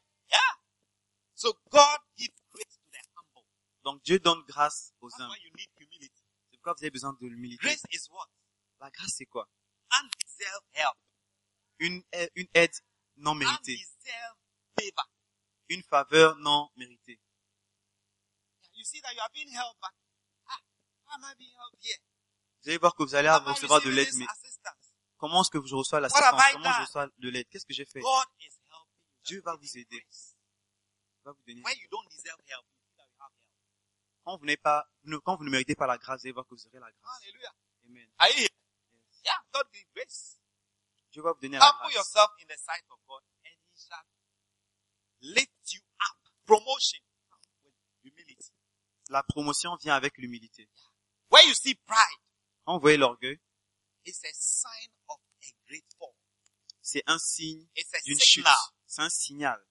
[SPEAKER 5] So God gives grace to the humble.
[SPEAKER 3] Donc, Dieu donne grâce aux
[SPEAKER 5] That's
[SPEAKER 3] humbles.
[SPEAKER 5] why you need humility.
[SPEAKER 3] C'est pourquoi vous avez besoin de l'humilité.
[SPEAKER 5] Grace is what?
[SPEAKER 3] La grâce, c'est quoi?
[SPEAKER 5] Undeserved help.
[SPEAKER 3] Une, aide- une aide non méritée.
[SPEAKER 5] Undeserved favor.
[SPEAKER 3] Une faveur non méritée.
[SPEAKER 5] You see that you are being helped, but ah, how am I being helped here?
[SPEAKER 3] Vous allez voir que vous allez
[SPEAKER 5] How am I
[SPEAKER 3] recevoir de
[SPEAKER 5] receiving
[SPEAKER 3] l'aide,
[SPEAKER 5] this
[SPEAKER 3] Ah, mais
[SPEAKER 5] assistance?
[SPEAKER 3] comment est-ce que je reçois
[SPEAKER 5] What have
[SPEAKER 3] l'assistance?
[SPEAKER 5] I
[SPEAKER 3] Comment je
[SPEAKER 5] done?
[SPEAKER 3] reçois de l'aide? Qu'est-ce que j'ai fait?
[SPEAKER 5] God is helping you.
[SPEAKER 3] Dieu va
[SPEAKER 5] That's
[SPEAKER 3] vous
[SPEAKER 5] giving
[SPEAKER 3] aider.
[SPEAKER 5] grace.
[SPEAKER 3] Il va vous donner-
[SPEAKER 5] When you don't deserve help, you see that you have help.
[SPEAKER 3] Quand vous n'avez pas, vous ne- quand vous ne méritez pas la grâce, vous allez voir que vous aurez la grâce.
[SPEAKER 5] Hallelujah.
[SPEAKER 3] Amen.
[SPEAKER 5] Are you here?
[SPEAKER 3] Yes.
[SPEAKER 5] Yeah, God gives grace.
[SPEAKER 3] Dieu va vous donner la
[SPEAKER 5] Humble
[SPEAKER 3] grâce.
[SPEAKER 5] yourself in the sight of God, and He shall lift you up. Promotion comes with humility.
[SPEAKER 3] La promotion vient avec l'humilité.
[SPEAKER 5] Where you see pride,
[SPEAKER 3] Quand vous voyez l'orgueil,
[SPEAKER 5] it's a sign of a great fall.
[SPEAKER 3] c'est un signe
[SPEAKER 5] It's a
[SPEAKER 3] d'une chute.
[SPEAKER 5] signal.
[SPEAKER 3] C'est un signal.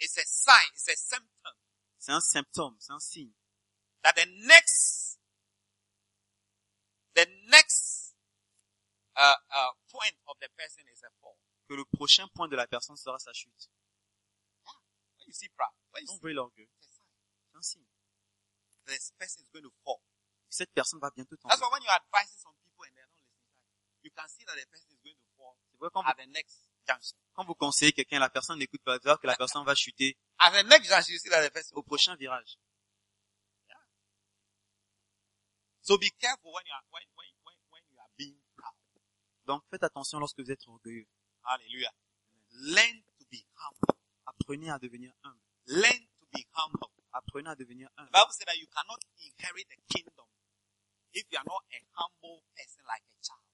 [SPEAKER 5] It's a sign. It's a symptom
[SPEAKER 3] C'est un symptôme. C'est un signe.
[SPEAKER 5] that the next, the next uh, uh, point of the person is a fall.
[SPEAKER 3] Que le prochain point de la personne sera sa chute.
[SPEAKER 5] When you see pride, when you
[SPEAKER 3] Quand vous
[SPEAKER 5] see
[SPEAKER 3] voyez l'orgueil,
[SPEAKER 5] it's a sign
[SPEAKER 3] c'est un signe.
[SPEAKER 5] this person is going to fall.
[SPEAKER 3] Cette personne va bientôt tomber.
[SPEAKER 5] That's why when you're advising some people and they're not listening, you can see that the person is going to fall
[SPEAKER 3] C'est vrai, quand vous,
[SPEAKER 5] at the next junction.
[SPEAKER 3] quand vous conseillez quelqu'un, la personne n'écoute pas, vous allez voir que la personne va chuter
[SPEAKER 5] At the next junction, you see that the person
[SPEAKER 3] au prochain virage.
[SPEAKER 5] So be careful when you are when when when, when you are being proud.
[SPEAKER 3] Donc faites attention lorsque vous êtes orgueilleux.
[SPEAKER 5] Hallelujah. Learn to be humble.
[SPEAKER 3] Apprenez à devenir humble.
[SPEAKER 5] Learn to be humble.
[SPEAKER 3] Apprenez à devenir humble.
[SPEAKER 5] The Bible said that you cannot inherit the kingdom if you are not a humble person like a child.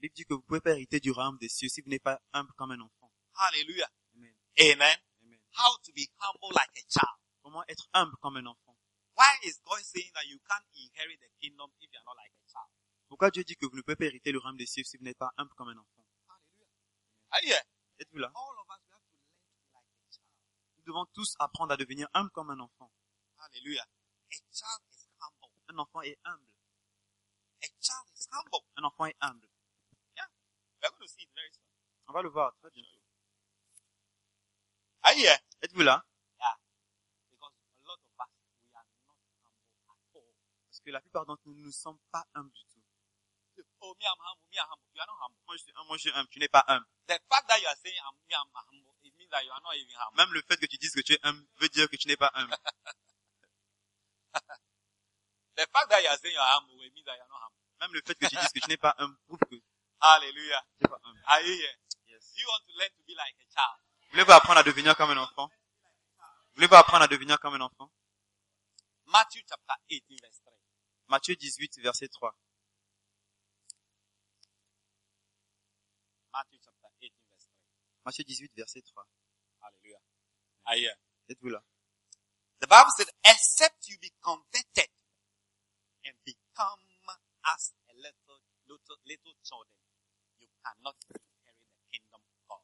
[SPEAKER 3] La Bible dit que vous pouvez pas hériter du royaume des cieux si vous n'êtes pas humble comme un enfant.
[SPEAKER 5] Hallelujah.
[SPEAKER 3] Amen.
[SPEAKER 5] Amen.
[SPEAKER 3] Amen.
[SPEAKER 5] How to be humble like a child.
[SPEAKER 3] Comment être humble comme un enfant
[SPEAKER 5] Why is God saying that you can't inherit the kingdom if you are not like a child?
[SPEAKER 3] Pourquoi Dieu dit que vous ne pouvez pas hériter le royaume des cieux si vous n'êtes pas humble comme un enfant
[SPEAKER 5] Hallelujah. Are you here?
[SPEAKER 3] Êtes-vous là
[SPEAKER 5] All of us we have to learn to
[SPEAKER 3] Nous
[SPEAKER 5] be like a child.
[SPEAKER 3] devons tous apprendre à devenir humble comme un enfant.
[SPEAKER 5] Hallelujah. A child is humble.
[SPEAKER 3] Un enfant est humble.
[SPEAKER 5] A child is humble.
[SPEAKER 3] Un enfant est humble.
[SPEAKER 5] We're going to see it very soon.
[SPEAKER 3] On va le voir très bientôt.
[SPEAKER 5] Are you here?
[SPEAKER 3] Êtes-vous là
[SPEAKER 5] because a lot of us we are not humble at all.
[SPEAKER 3] Parce que la plupart d'entre nous ne sommes pas humbles du tout.
[SPEAKER 5] Oh, me, I'm humble. Me, I'm humble. You are not humble.
[SPEAKER 3] Moi je suis humble, moi je suis humble, tu n'es pas humble.
[SPEAKER 5] The fact that you are saying I'm me, I'm humble, it means that you are not even humble.
[SPEAKER 3] Même le fait que tu dises que tu es humble veut dire que tu n'es pas humble.
[SPEAKER 5] The fact that you are saying you are humble, it means that you are not humble.
[SPEAKER 3] Même le fait que tu dises que tu n'es pas humble prouve que tu
[SPEAKER 5] Hallelujah.
[SPEAKER 3] n'es pas humble.
[SPEAKER 5] Are you here?
[SPEAKER 3] Yes.
[SPEAKER 5] You want to learn to be like a child.
[SPEAKER 3] Voulez-vous apprendre à devenir comme un enfant Voulez-vous apprendre à devenir comme un enfant
[SPEAKER 5] Matthew chapter 18 verse 3.
[SPEAKER 3] Matthieu 18, verset 3.
[SPEAKER 5] Matthew chapter 18 verse
[SPEAKER 3] Matthieu 18, verset 3.
[SPEAKER 5] 3. Hallelujah. Are you here?
[SPEAKER 3] Êtes-vous là
[SPEAKER 5] The Bible said, except you be converted and become as a little, little, little children, you cannot inherit the kingdom of God.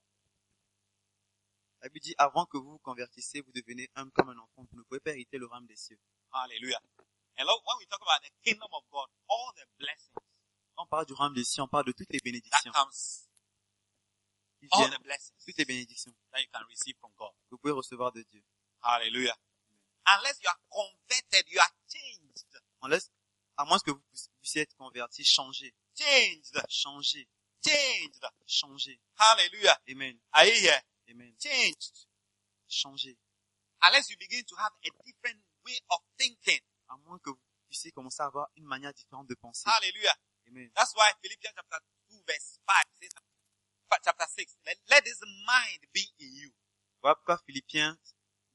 [SPEAKER 3] Bible dit, avant que vous vous convertissiez, vous devenez humble comme un enfant. Vous ne pouvez pas hériter le rame des cieux.
[SPEAKER 5] Hallelujah. And look, when we talk about the kingdom of God, all the blessings
[SPEAKER 3] Quand on parle du rame des cieux, on parle de toutes les
[SPEAKER 5] that
[SPEAKER 3] bénédictions
[SPEAKER 5] comes,
[SPEAKER 3] qui
[SPEAKER 5] all
[SPEAKER 3] viennent,
[SPEAKER 5] the blessings
[SPEAKER 3] toutes les bénédictions
[SPEAKER 5] that you can receive from God.
[SPEAKER 3] que vous pouvez recevoir de Dieu.
[SPEAKER 5] Hallelujah. Unless you are converted, you are changed.
[SPEAKER 3] On laisse, à moins que vous puissiez être converti, changer,
[SPEAKER 5] Changed.
[SPEAKER 3] changer,
[SPEAKER 5] Changed.
[SPEAKER 3] changer.
[SPEAKER 5] Hallelujah.
[SPEAKER 3] Amen,
[SPEAKER 5] Are you here?
[SPEAKER 3] amen,
[SPEAKER 5] Changed.
[SPEAKER 3] changer.
[SPEAKER 5] Unless you begin to have a different way of thinking.
[SPEAKER 3] À moins que vous puissiez commencer à avoir une manière différente de penser.
[SPEAKER 5] Hallelujah.
[SPEAKER 3] Amen.
[SPEAKER 5] That's why Philippians chapter 2 verse 5 says, but chapter 6, let, let this mind be in you.
[SPEAKER 3] Voilà pourquoi Philippiens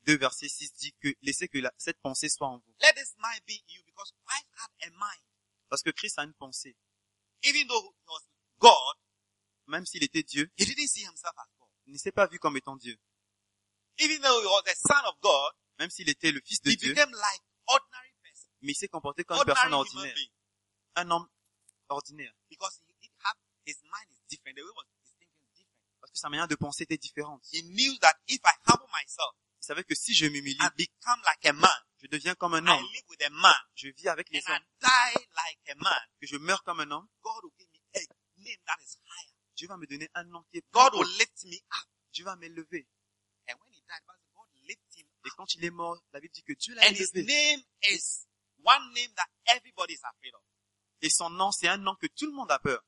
[SPEAKER 3] 2 verset 6 dit que laissez que la- cette pensée soit en vous.
[SPEAKER 5] Let this mind be in you because Christ had a mind.
[SPEAKER 3] Parce que Christ a une pensée.
[SPEAKER 5] Even though he was God,
[SPEAKER 3] Même s'il était Dieu,
[SPEAKER 5] he didn't see himself as God.
[SPEAKER 3] il ne s'est pas vu comme étant Dieu.
[SPEAKER 5] Even though he was the son of God,
[SPEAKER 3] Même s'il était le Fils de
[SPEAKER 5] he
[SPEAKER 3] Dieu,
[SPEAKER 5] became like ordinary person,
[SPEAKER 3] mais il s'est comporté
[SPEAKER 5] Oh,
[SPEAKER 3] comme une personne
[SPEAKER 5] ordinary human
[SPEAKER 3] ordinaire.
[SPEAKER 5] being.
[SPEAKER 3] Un homme ordinaire.
[SPEAKER 5] Because he did have, his mind is different. The way was, his thinking is different.
[SPEAKER 3] Parce que sa manière de penser était différente.
[SPEAKER 5] He knew that if I humble myself
[SPEAKER 3] Il savait que si je m'humilie,
[SPEAKER 5] and become like a man,
[SPEAKER 3] je deviens comme un
[SPEAKER 5] I
[SPEAKER 3] homme.
[SPEAKER 5] live with a man,
[SPEAKER 3] Je vis avec les
[SPEAKER 5] and I
[SPEAKER 3] hommes.
[SPEAKER 5] die like a man,
[SPEAKER 3] Que je meurs comme un homme.
[SPEAKER 5] God will give me a name that is higher.
[SPEAKER 3] Dieu va me donner un nom qui est plus
[SPEAKER 5] God
[SPEAKER 3] haut.
[SPEAKER 5] will lift me up.
[SPEAKER 3] Dieu va m'élever.
[SPEAKER 5] And when he died, God lifted him
[SPEAKER 3] Et quand il est mort, la Bible dit que Dieu
[SPEAKER 5] up.
[SPEAKER 3] l'a
[SPEAKER 5] And his
[SPEAKER 3] élevé.
[SPEAKER 5] name is one name that everybody is afraid of.
[SPEAKER 3] Et son nom, c'est un nom que tout le monde a peur.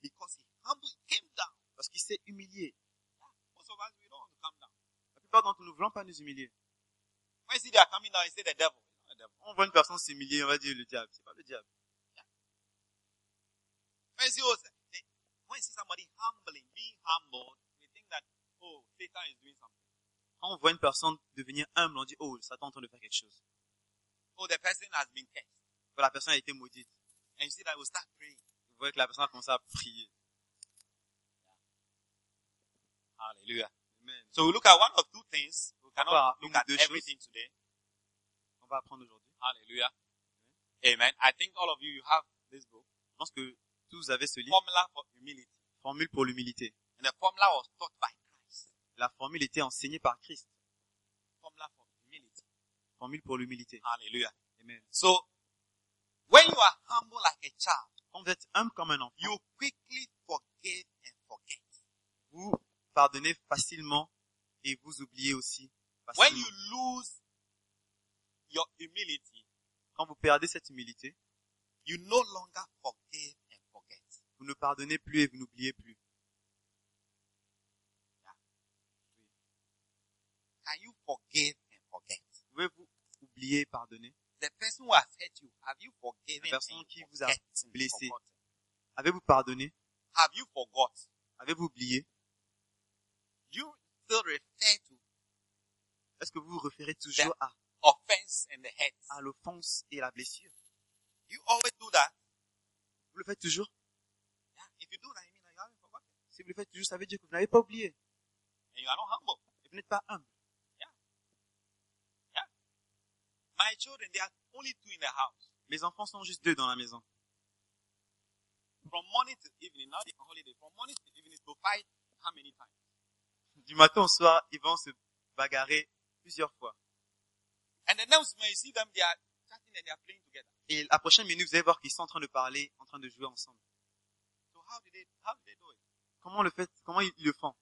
[SPEAKER 5] Because he humbled, he came down.
[SPEAKER 3] Parce qu'il s'est humilié.
[SPEAKER 5] Most of us, we don't want to come down.
[SPEAKER 3] La plupart d'entre nous ne voulons pas nous humilier.
[SPEAKER 5] When you see they are coming down, you say the devil. It's not the devil.
[SPEAKER 3] On voit une personne s'humilier, on va dire le diable. C'est pas le diable.
[SPEAKER 5] When you see, oh, they- when you see somebody humbling, being humbled, we think that, oh, Satan is doing something.
[SPEAKER 3] Quand on voit une personne devenir humble, on dit, oh, Satan est en train de faire quelque chose.
[SPEAKER 5] Oh, the person has been cursed.
[SPEAKER 3] Quand la personne a été maudite,
[SPEAKER 5] And you see that we start praying.
[SPEAKER 3] vous voyez que la personne a commencé à prier.
[SPEAKER 5] Hallelujah.
[SPEAKER 3] Amen.
[SPEAKER 5] So we look at one of two things. We
[SPEAKER 3] Wow,
[SPEAKER 5] cannot look at
[SPEAKER 3] the truth.
[SPEAKER 5] everything today.
[SPEAKER 3] On va apprendre aujourd'hui.
[SPEAKER 5] Hallelujah. Amen. I think all of you, you have this book.
[SPEAKER 3] Je pense que tous avaient ce livre,
[SPEAKER 5] Formula for humility.
[SPEAKER 3] Formule pour l'humilité.
[SPEAKER 5] And the formula was taught by Christ.
[SPEAKER 3] La formule était enseignée par Christ.
[SPEAKER 5] Formula for humility.
[SPEAKER 3] Formule pour l'humilité.
[SPEAKER 5] Hallelujah.
[SPEAKER 3] Amen.
[SPEAKER 5] So, when you are humble like a child,
[SPEAKER 3] Quand vous êtes humble comme un enfant,
[SPEAKER 5] you quickly forgive and forget.
[SPEAKER 3] vous pardonnez facilement et vous oubliez aussi
[SPEAKER 5] When you
[SPEAKER 3] facilement.
[SPEAKER 5] lose your humility,
[SPEAKER 3] Quand vous perdez cette humilité,
[SPEAKER 5] you no longer forgive and forget.
[SPEAKER 3] vous ne pardonnez plus et vous n'oubliez plus.
[SPEAKER 5] Can you forgive and forget?
[SPEAKER 3] Pouvez-vous oublier et pardonner
[SPEAKER 5] The person who has hurt you, have you forgiven?
[SPEAKER 3] La personne
[SPEAKER 5] and
[SPEAKER 3] qui vous a
[SPEAKER 5] forget and
[SPEAKER 3] blessé.
[SPEAKER 5] forgotten?
[SPEAKER 3] Avez-vous pardonné
[SPEAKER 5] Have you forgot?
[SPEAKER 3] Avez-vous oublié
[SPEAKER 5] You still refer to
[SPEAKER 3] Est-ce que vous vous référez toujours à,
[SPEAKER 5] offense and the hurt.
[SPEAKER 3] à l'offense et la blessure
[SPEAKER 5] You always do that.
[SPEAKER 3] Vous le faites toujours
[SPEAKER 5] Yeah, If you do that, you mean that you haven't forgotten.
[SPEAKER 3] Si vous le faites toujours, ça veut dire que vous n'avez pas oublié.
[SPEAKER 5] And you are not humble.
[SPEAKER 3] Et vous n'êtes pas humble.
[SPEAKER 5] My children, they are only two in the house.
[SPEAKER 3] Mes enfants sont juste deux dans la maison.
[SPEAKER 5] From morning to evening, now they're on holiday. From morning to evening to fight how many times?
[SPEAKER 3] Du matin au soir, ils vont se bagarrer plusieurs fois.
[SPEAKER 5] And the next when you see them, they are chatting and they are playing together.
[SPEAKER 3] Et la prochaine minute, vous allez voir qu'ils sont en train de parler, en train de jouer ensemble.
[SPEAKER 5] So how do they how do they do it?
[SPEAKER 3] Comment le fait Comment ils le font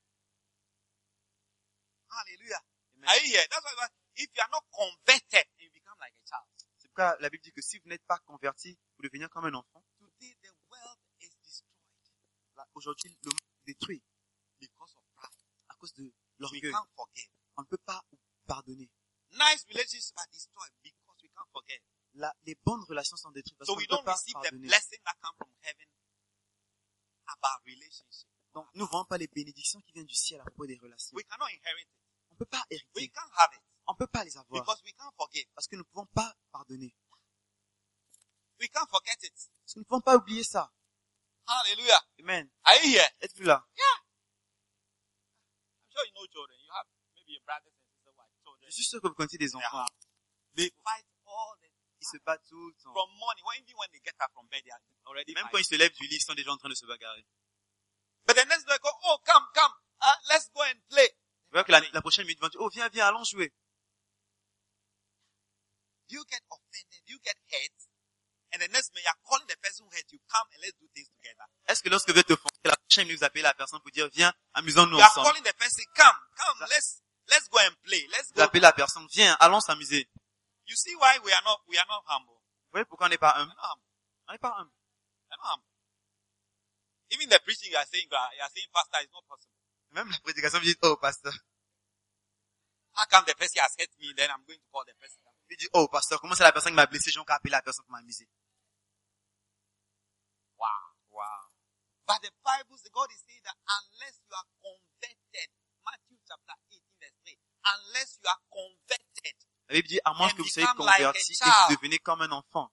[SPEAKER 5] Hallelujah. Are you here? That's why why if you are not converted and you become like a child,
[SPEAKER 3] C'est pourquoi la Bible dit que si vous n'êtes pas converti, vous devenez comme un enfant.
[SPEAKER 5] today the world is destroyed
[SPEAKER 3] Là, Aujourd'hui, le monde est détruit
[SPEAKER 5] because of pride.
[SPEAKER 3] à cause de
[SPEAKER 5] We
[SPEAKER 3] l'orgueil.
[SPEAKER 5] can't forgive.
[SPEAKER 3] On ne peut pas pardonner.
[SPEAKER 5] Nice relationships are destroyed because we can't forgive.
[SPEAKER 3] La- les bonnes relations sont détruites parce
[SPEAKER 5] So
[SPEAKER 3] qu'on
[SPEAKER 5] we
[SPEAKER 3] ne peut
[SPEAKER 5] don't
[SPEAKER 3] pas
[SPEAKER 5] receive the
[SPEAKER 3] pardonner.
[SPEAKER 5] blessing that comes from heaven about relationship.
[SPEAKER 3] Donc, nous ne voyons pas les bénédictions qui viennent du ciel à propos des relations.
[SPEAKER 5] We cannot inherit it.
[SPEAKER 3] On ne peut pas
[SPEAKER 5] We
[SPEAKER 3] hériter.
[SPEAKER 5] can't have it
[SPEAKER 3] On ne peut pas les avoir
[SPEAKER 5] because we can't forgive.
[SPEAKER 3] parce que nous ne pouvons pas pardonner.
[SPEAKER 5] We can't forget it.
[SPEAKER 3] Parce que nous ne pouvons pas oublier ça.
[SPEAKER 5] Hallelujah.
[SPEAKER 3] Amen.
[SPEAKER 5] Are you here?
[SPEAKER 3] Êtes-vous là
[SPEAKER 5] I'm sure you know children. You have maybe your brothers and sisters who are children.
[SPEAKER 3] Je suis sûr que vous connaissez des enfants.
[SPEAKER 5] They fight all the
[SPEAKER 3] Ils se battent tout le temps.
[SPEAKER 5] from morning. When, even when they get up from bed, they are already
[SPEAKER 3] Même quand
[SPEAKER 5] fighting.
[SPEAKER 3] ils se lèvent du lit, ils sont déjà en train de se bagarrer.
[SPEAKER 5] But the next day, they go, oh, come, come. Uh, let's go and play.
[SPEAKER 3] Ils Tu vois que la, la prochaine minute, ils vont dire, oh, viens, viens, allons jouer.
[SPEAKER 5] You get offended, you get hurt, and the next minute you're calling the person who hurt you, come and let's do things together.
[SPEAKER 3] Est-ce que lorsque vous êtes offensé, la prochaine minute, vous appelez la personne pour dire, viens, amusons-nous
[SPEAKER 5] You are
[SPEAKER 3] ensemble.
[SPEAKER 5] calling the person, come, come, let's let's go and play. Let's
[SPEAKER 3] Vous
[SPEAKER 5] go.
[SPEAKER 3] appelez la personne, viens, allons s'amuser.
[SPEAKER 5] You see why we are not we are not humble.
[SPEAKER 3] Vous voyez pourquoi on n'est pas humble?
[SPEAKER 5] We're not humble.
[SPEAKER 3] On n'est pas humble.
[SPEAKER 5] We're not humble. Even the preaching you are saying, you are you are saying pastor is not possible.
[SPEAKER 3] Même la prédication, vous dites, oh, pasteur.
[SPEAKER 5] How come the person has hurt me? Then I'm going to call the person.
[SPEAKER 3] Il dit, oh, pasteur, comment c'est la personne qui m'a blessé, j'ai encore appelé la personne pour m'amuser.
[SPEAKER 5] Wow, wow. But the Bible, says- God is saying that unless you are converted, Matthew chapter 18 verse 3, unless you are converted,
[SPEAKER 3] La Bible dit, à moins que vous soyez
[SPEAKER 5] Become like a
[SPEAKER 3] converti et que
[SPEAKER 5] child.
[SPEAKER 3] vous devenez comme un enfant,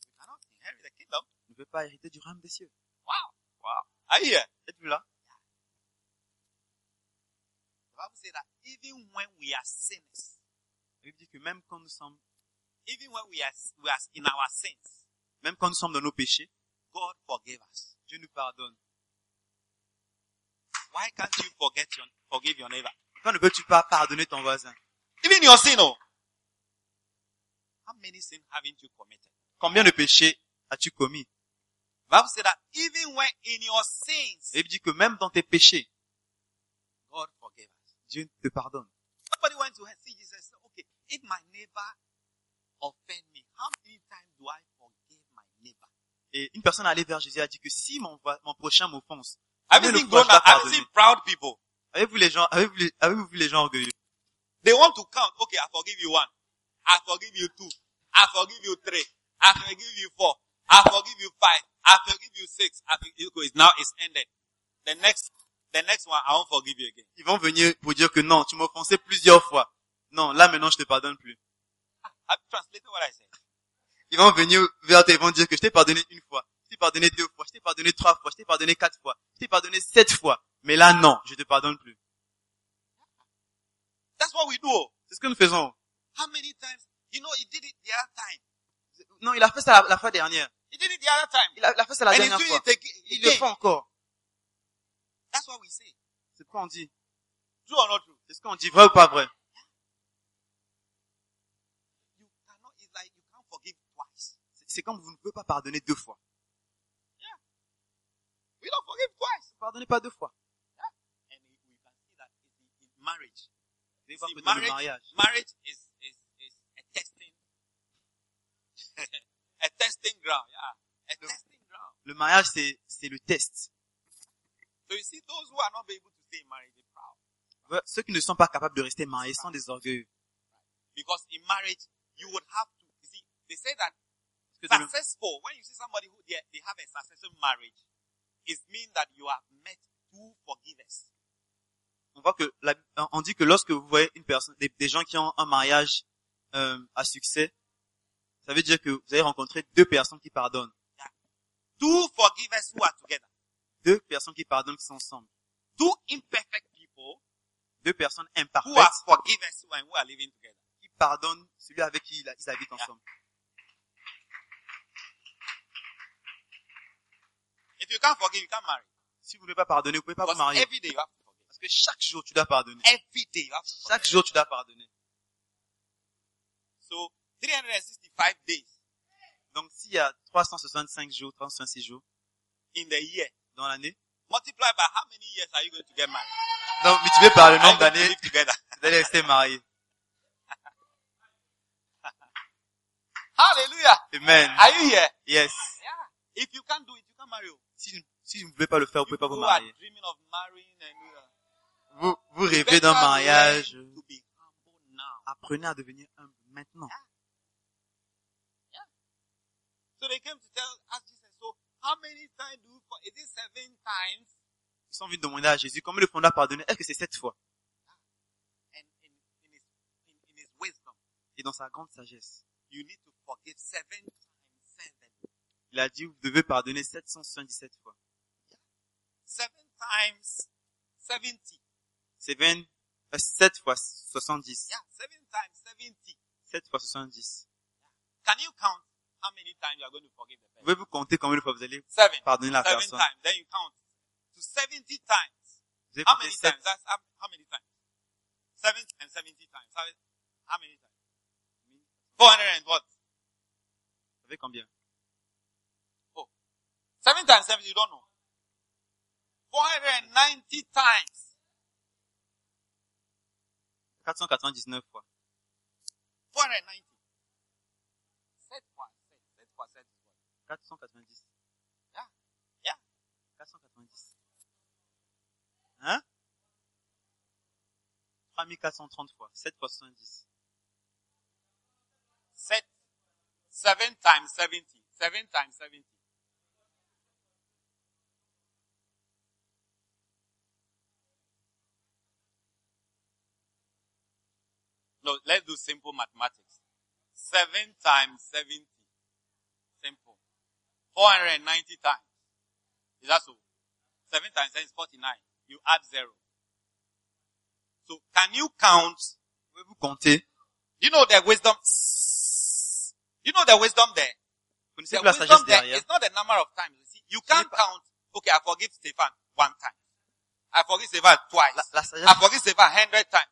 [SPEAKER 5] you cannot inherit the kingdom.
[SPEAKER 3] vous ne pouvez pas hériter du royaume des cieux.
[SPEAKER 5] Wow, wow. Are you here?
[SPEAKER 3] Êtes-vous là?
[SPEAKER 5] The Bible says that even when we are sinners,
[SPEAKER 3] La Bible dit que même quand nous sommes,
[SPEAKER 5] even when we are, we are in our sins,
[SPEAKER 3] même quand nous sommes dans nos péchés,
[SPEAKER 5] God forgave us.
[SPEAKER 3] Dieu nous pardonne.
[SPEAKER 5] Why can't you forget your, forgive your neighbor?
[SPEAKER 3] Quand ne peux-tu pas pardonner ton voisin?
[SPEAKER 5] Even your sin, oh. How many sins haven't you committed?
[SPEAKER 3] Combien de péchés as-tu commis?
[SPEAKER 5] The Bible says that even when in your sins,
[SPEAKER 3] La Bible dit que même dans tes péchés,
[SPEAKER 5] God forgave us.
[SPEAKER 3] Dieu te pardonne.
[SPEAKER 5] Somebody went to see Jesus and said, okay, if my neighbor offend me, how many times do I forgive my neighbor?
[SPEAKER 3] Et une personne allée vers Jésus a dit que si mon, voi- mon prochain m'offense,
[SPEAKER 5] Have you
[SPEAKER 3] Combien de
[SPEAKER 5] seen
[SPEAKER 3] fois
[SPEAKER 5] grown
[SPEAKER 3] je dois
[SPEAKER 5] up? Have you
[SPEAKER 3] pardonner?
[SPEAKER 5] seen proud people?
[SPEAKER 3] avez-vous les gens, avez-vous les- avez-vous vu les gens orgueilleux?
[SPEAKER 5] They want to count. Okay, I forgive you one. I forgive you two. I forgive you three. I forgive you four. I forgive you five. I forgive you six. I forgive you. It's now it's ended. The next, the next one, I won't forgive you again.
[SPEAKER 3] Ils vont venir pour dire que non, tu m'as offensé plusieurs fois. Non, là maintenant je te pardonne plus.
[SPEAKER 5] Have you translated what I said?
[SPEAKER 3] Ils vont venir vers toi, ils vont dire que je t'ai pardonné une fois, je t'ai pardonné deux fois, je t'ai pardonné trois fois, je t'ai pardonné quatre fois, je t'ai pardonné sept fois. Mais là non, je te pardonne plus.
[SPEAKER 5] That's what we do. oh.
[SPEAKER 3] C'est ce que nous faisons.
[SPEAKER 5] How many times? You know, he did it the other time.
[SPEAKER 3] Non, il a fait ça la, la fois dernière.
[SPEAKER 5] He did it the other time.
[SPEAKER 3] Il a, il a fait ça la
[SPEAKER 5] and
[SPEAKER 3] dernière
[SPEAKER 5] he's doing
[SPEAKER 3] fois.
[SPEAKER 5] it again.
[SPEAKER 3] Il le fait
[SPEAKER 5] again.
[SPEAKER 3] encore.
[SPEAKER 5] That's what we say.
[SPEAKER 3] C'est ce qu'on dit.
[SPEAKER 5] True or not true?
[SPEAKER 3] C'est ce qu'on dit, vrai ou pas vrai?
[SPEAKER 5] You cannot, it's like you can't forgive twice.
[SPEAKER 3] C'est- C'est comme vous ne pouvez pas pardonner deux fois.
[SPEAKER 5] We don't forgive twice.
[SPEAKER 3] Pardonnez pas deux fois.
[SPEAKER 5] And we we can see that in, in marriage.
[SPEAKER 3] Vous allez voir
[SPEAKER 5] See,
[SPEAKER 3] que dans le
[SPEAKER 5] marriage,
[SPEAKER 3] mariage,
[SPEAKER 5] marriage is, is, is a testing, a testing ground. Yeah, a testing ground.
[SPEAKER 3] le mariage c'est c'est le test.
[SPEAKER 5] So you see, those who are not able to stay in marriage, they're proud
[SPEAKER 3] Voilà, Ceux qui ne sont pas capables de rester mariés sont des orgueilleux.
[SPEAKER 5] because in marriage you would have to. You see, they say that
[SPEAKER 3] Parce que dans le-
[SPEAKER 5] successful. When you see somebody who they, they have a successful marriage, it means that you have met two forgivers.
[SPEAKER 3] on voit que la- on dit que lorsque vous voyez une personne, des, des gens qui ont un mariage euh, à succès, ça veut dire que vous avez rencontré deux personnes qui pardonnent,
[SPEAKER 5] Two forgivers who are together.
[SPEAKER 3] deux personnes qui pardonnent qui sont ensemble,
[SPEAKER 5] Two imperfect people
[SPEAKER 3] deux personnes
[SPEAKER 5] who
[SPEAKER 3] imparfaites
[SPEAKER 5] are forgivers and who are living together.
[SPEAKER 3] qui pardonnent celui avec qui ils, ils habitent ensemble.
[SPEAKER 5] If you can't forgive, you can't marry.
[SPEAKER 3] Si vous ne pouvez pas pardonner, vous ne pouvez pas vous
[SPEAKER 5] Because
[SPEAKER 3] marier.
[SPEAKER 5] every day you have to forgive.
[SPEAKER 3] Parce que chaque jour tu dois pardonner.
[SPEAKER 5] Every day you have to forgive.
[SPEAKER 3] Chaque jour tu dois pardonner.
[SPEAKER 5] So 365 days
[SPEAKER 3] Donc s'il y a 365 jours, 366 jours
[SPEAKER 5] in the year,
[SPEAKER 3] dans l'année,
[SPEAKER 5] multiply by how many years are you going to get married?
[SPEAKER 3] donc multiplié par le
[SPEAKER 5] Are
[SPEAKER 3] nombre
[SPEAKER 5] you going to
[SPEAKER 3] d'années,
[SPEAKER 5] live together.
[SPEAKER 3] vous allez rester marié.
[SPEAKER 5] Hallelujah.
[SPEAKER 3] Amen.
[SPEAKER 5] Are you here?
[SPEAKER 3] Yes.
[SPEAKER 5] If you can't do it, you can't marry. You
[SPEAKER 3] Si, si vous ne pouvez pas le faire, vous ne pouvez pas vous
[SPEAKER 5] who are
[SPEAKER 3] marier.
[SPEAKER 5] dreaming of marrying and uh,
[SPEAKER 3] Vous, vous
[SPEAKER 5] you
[SPEAKER 3] rêvez d'un
[SPEAKER 5] better
[SPEAKER 3] mariage.
[SPEAKER 5] learn to be humble now.
[SPEAKER 3] Apprenez à devenir humble maintenant.
[SPEAKER 5] Ah. So they came to tell ask Jesus, so how many times do you for is it seven times?
[SPEAKER 3] Ils sont venus demander à Jésus combien le fond a pardonné. Est-ce que c'est sept fois
[SPEAKER 5] And in, in his in, in his wisdom,
[SPEAKER 3] Et dans sa grande sagesse,
[SPEAKER 5] you need to forgive seven times seven.
[SPEAKER 3] il a dit vous devez pardonner 777 fois.
[SPEAKER 5] Seven times seventy.
[SPEAKER 3] C'est 20, 7 fois 70.
[SPEAKER 5] Yeah, seven times seventy.
[SPEAKER 3] 7 fois 70.
[SPEAKER 5] Can you count how many times you are going to forgive the person?
[SPEAKER 3] Pouvez-vous compter combien de fois vous allez
[SPEAKER 5] Seven.
[SPEAKER 3] pardonner la
[SPEAKER 5] Seven
[SPEAKER 3] personne
[SPEAKER 5] times. Then you count to 70 times.
[SPEAKER 3] Vous Vous avez
[SPEAKER 5] How
[SPEAKER 3] compté
[SPEAKER 5] many
[SPEAKER 3] sept,
[SPEAKER 5] times? That's how, how many times? Seven and seventy times. How, how many times? Four hundred and what?
[SPEAKER 3] vous savez combien?
[SPEAKER 5] Seven times seven. You don't know. Four hundred and ninety times.
[SPEAKER 3] 499 fois.
[SPEAKER 5] Four hundred and ninety. Sept fois, sept, sept fois, sept fois.
[SPEAKER 3] 490. Ah,
[SPEAKER 5] Yeah. Yeah.
[SPEAKER 3] 490. Hein? 3430 fois. 7 fois 70.
[SPEAKER 5] Sept. Seven times seventy. Seven times seventy. No, let's do simple mathematics. Seven times seventy. Simple. Four hundred and ninety times. Is that so? Seven times ten is forty-nine. You add zero. So can you count
[SPEAKER 3] Pouvez-vous compter?
[SPEAKER 5] you know the wisdom. You know the wisdom there. The
[SPEAKER 3] Connaissez-vous la
[SPEAKER 5] wisdom
[SPEAKER 3] sagesse
[SPEAKER 5] there
[SPEAKER 3] derrière?
[SPEAKER 5] is not the number of times. You see, you can't count. Okay, I forgive Stefan one time. I forgive Stefan twice.
[SPEAKER 3] La, la sagesse,
[SPEAKER 5] I forgive Stefan hundred times.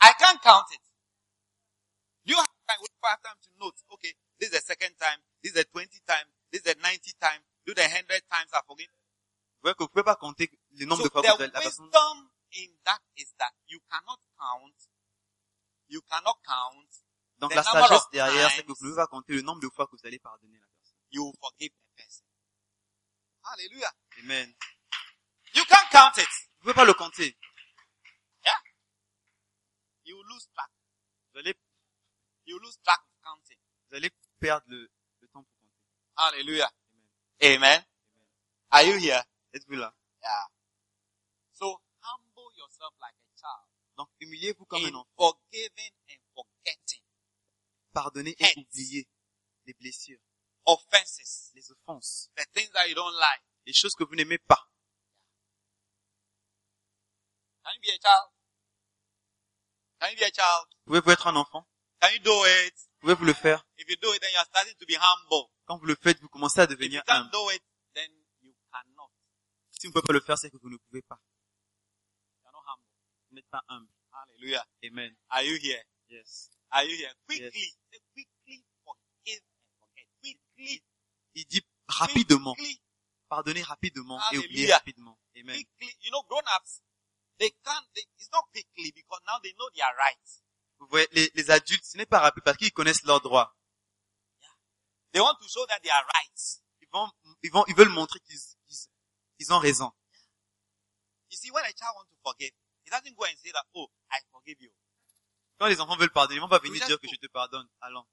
[SPEAKER 5] I can't count it. You have time, you have time to note. Okay, this is the second time. This is the twenty time. This is the ninety time. Do the hundred times I forgive.
[SPEAKER 3] vous voyez que vous pouvez pas compter le nombre
[SPEAKER 5] So
[SPEAKER 3] de fois que vous
[SPEAKER 5] the
[SPEAKER 3] avez la personne.
[SPEAKER 5] wisdom in that is that you cannot count. You cannot count.
[SPEAKER 3] Donc
[SPEAKER 5] the
[SPEAKER 3] la
[SPEAKER 5] number
[SPEAKER 3] sagesse
[SPEAKER 5] of
[SPEAKER 3] derrière, c'est que vous
[SPEAKER 5] times-
[SPEAKER 3] pouvez pas compter le nombre de fois que vous allez pardonner la personne.
[SPEAKER 5] You forgive a person. Hallelujah.
[SPEAKER 3] Amen.
[SPEAKER 5] You can't count it.
[SPEAKER 3] Vous pouvez pas le compter.
[SPEAKER 5] You lose track.
[SPEAKER 3] Vous allez,
[SPEAKER 5] You lose track of counting.
[SPEAKER 3] vous allez perdre le, le temps pour compter.
[SPEAKER 5] Hallelujah. Amen. Are you here?
[SPEAKER 3] Êtes-vous là?
[SPEAKER 5] Yeah. So humble yourself like a child
[SPEAKER 3] Donc humiliez-vous comme
[SPEAKER 5] in
[SPEAKER 3] un enfant.
[SPEAKER 5] forgiving and forgetting
[SPEAKER 3] Pardonnez et
[SPEAKER 5] Hate.
[SPEAKER 3] oubliez les blessures,
[SPEAKER 5] offenses,
[SPEAKER 3] les offenses,
[SPEAKER 5] the things that you don't like.
[SPEAKER 3] les choses que vous n'aimez pas.
[SPEAKER 5] Can you be a child? Can you be a child?
[SPEAKER 3] Pouvez-vous être un enfant?
[SPEAKER 5] Can you do it?
[SPEAKER 3] Pouvez-vous le faire?
[SPEAKER 5] If you do it, then you are starting to be humble.
[SPEAKER 3] Quand vous le faites, vous commencez à
[SPEAKER 5] If you
[SPEAKER 3] devenir
[SPEAKER 5] can't
[SPEAKER 3] humble.
[SPEAKER 5] do it, then you cannot.
[SPEAKER 3] Si vous ne pouvez pas le faire, c'est que vous ne pouvez pas.
[SPEAKER 5] You are not humble.
[SPEAKER 3] Vous n'êtes pas humble.
[SPEAKER 5] Hallelujah.
[SPEAKER 3] Amen.
[SPEAKER 5] Are you here?
[SPEAKER 3] Yes.
[SPEAKER 5] Are you here? Quickly, say quickly forgive and forget. Quickly,
[SPEAKER 3] Il dit rapidement.
[SPEAKER 5] quickly,
[SPEAKER 3] Pardonnez rapidement et oubliez
[SPEAKER 5] Alléluia.
[SPEAKER 3] rapidement. Amen.
[SPEAKER 5] quickly. You know, grown-ups, they can't. They, it's not quickly because now they know they are right.
[SPEAKER 3] Vous voyez, les, les adultes, ce n'est pas rapide parce qu'ils connaissent leurs droits.
[SPEAKER 5] They want to show that they are right.
[SPEAKER 3] Ils vont, ils vont, ils veulent montrer qu'ils, qu'ils, ils ont raison.
[SPEAKER 5] You see, when a child wants to forgive, he doesn't go and say that, "Oh, I forgive you."
[SPEAKER 3] Quand les enfants veulent pardonner, ils vont pas venir
[SPEAKER 5] Oui,
[SPEAKER 3] dire que
[SPEAKER 5] d'accord.
[SPEAKER 3] je te pardonne. Allons.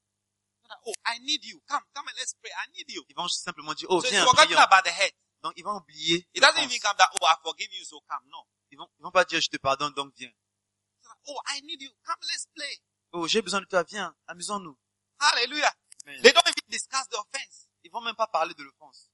[SPEAKER 5] Not that, "Oh, I need you. Come, come and let's pray. I need you."
[SPEAKER 3] Ils vont simplement dire, oh,
[SPEAKER 5] so
[SPEAKER 3] viens,
[SPEAKER 5] it's forgotten
[SPEAKER 3] prions.
[SPEAKER 5] about the head.
[SPEAKER 3] Donc, ils vont oublier.
[SPEAKER 5] It
[SPEAKER 3] le
[SPEAKER 5] doesn't
[SPEAKER 3] sens.
[SPEAKER 5] even come that, "Oh, I forgive you, so come." No.
[SPEAKER 3] Ils vont, ils vont pas dire, je te pardonne, donc viens.
[SPEAKER 5] It's like, "Oh, I need you. Come, let's play."
[SPEAKER 3] Oh, j'ai besoin de toi, viens, amusons-nous.
[SPEAKER 5] Hallelujah.
[SPEAKER 3] Amen.
[SPEAKER 5] They don't even discuss the offense.
[SPEAKER 3] Ils vont même pas parler de l'offense.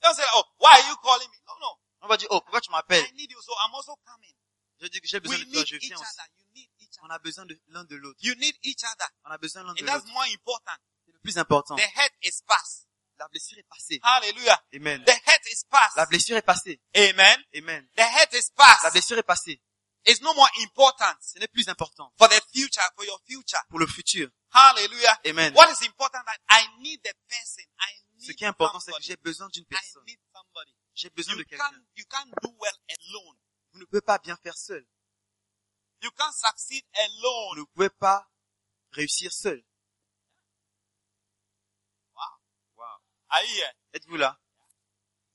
[SPEAKER 5] They don't say, "Oh, why are you calling me?" No, no.
[SPEAKER 3] On va dire, oh, pourquoi tu m'appelles?
[SPEAKER 5] I need you, so I'm also coming.
[SPEAKER 3] Je dis que j'ai
[SPEAKER 5] We
[SPEAKER 3] besoin de toi,
[SPEAKER 5] need
[SPEAKER 3] je
[SPEAKER 5] each
[SPEAKER 3] viens aussi.
[SPEAKER 5] other. You need each
[SPEAKER 3] On
[SPEAKER 5] other.
[SPEAKER 3] a besoin de l'un de l'autre.
[SPEAKER 5] You need each other.
[SPEAKER 3] On a besoin l'un de
[SPEAKER 5] And that's
[SPEAKER 3] l'autre.
[SPEAKER 5] more important.
[SPEAKER 3] C'est le plus important.
[SPEAKER 5] The head is past.
[SPEAKER 3] La blessure est passée.
[SPEAKER 5] Hallelujah.
[SPEAKER 3] Amen.
[SPEAKER 5] The head is past.
[SPEAKER 3] La blessure est passée.
[SPEAKER 5] Amen.
[SPEAKER 3] Amen.
[SPEAKER 5] The head is
[SPEAKER 3] La
[SPEAKER 5] past.
[SPEAKER 3] blessure est passée.
[SPEAKER 5] It's no more important
[SPEAKER 3] Ce n'est plus important
[SPEAKER 5] for the future, for your future.
[SPEAKER 3] pour le futur.
[SPEAKER 5] Hallelujah.
[SPEAKER 3] Amen.
[SPEAKER 5] What is important that I need the person. I need
[SPEAKER 3] Ce qui est important, c'est que
[SPEAKER 5] somebody.
[SPEAKER 3] j'ai besoin d'une
[SPEAKER 5] I
[SPEAKER 3] personne.
[SPEAKER 5] need somebody.
[SPEAKER 3] J'ai besoin de
[SPEAKER 5] You can't,
[SPEAKER 3] quelqu'un.
[SPEAKER 5] you can't do well alone.
[SPEAKER 3] Vous ne pouvez pas bien faire seul.
[SPEAKER 5] You can't succeed
[SPEAKER 3] Vous ne
[SPEAKER 5] alone.
[SPEAKER 3] pouvez pas réussir seul.
[SPEAKER 5] Are you here?
[SPEAKER 3] Êtes-vous là?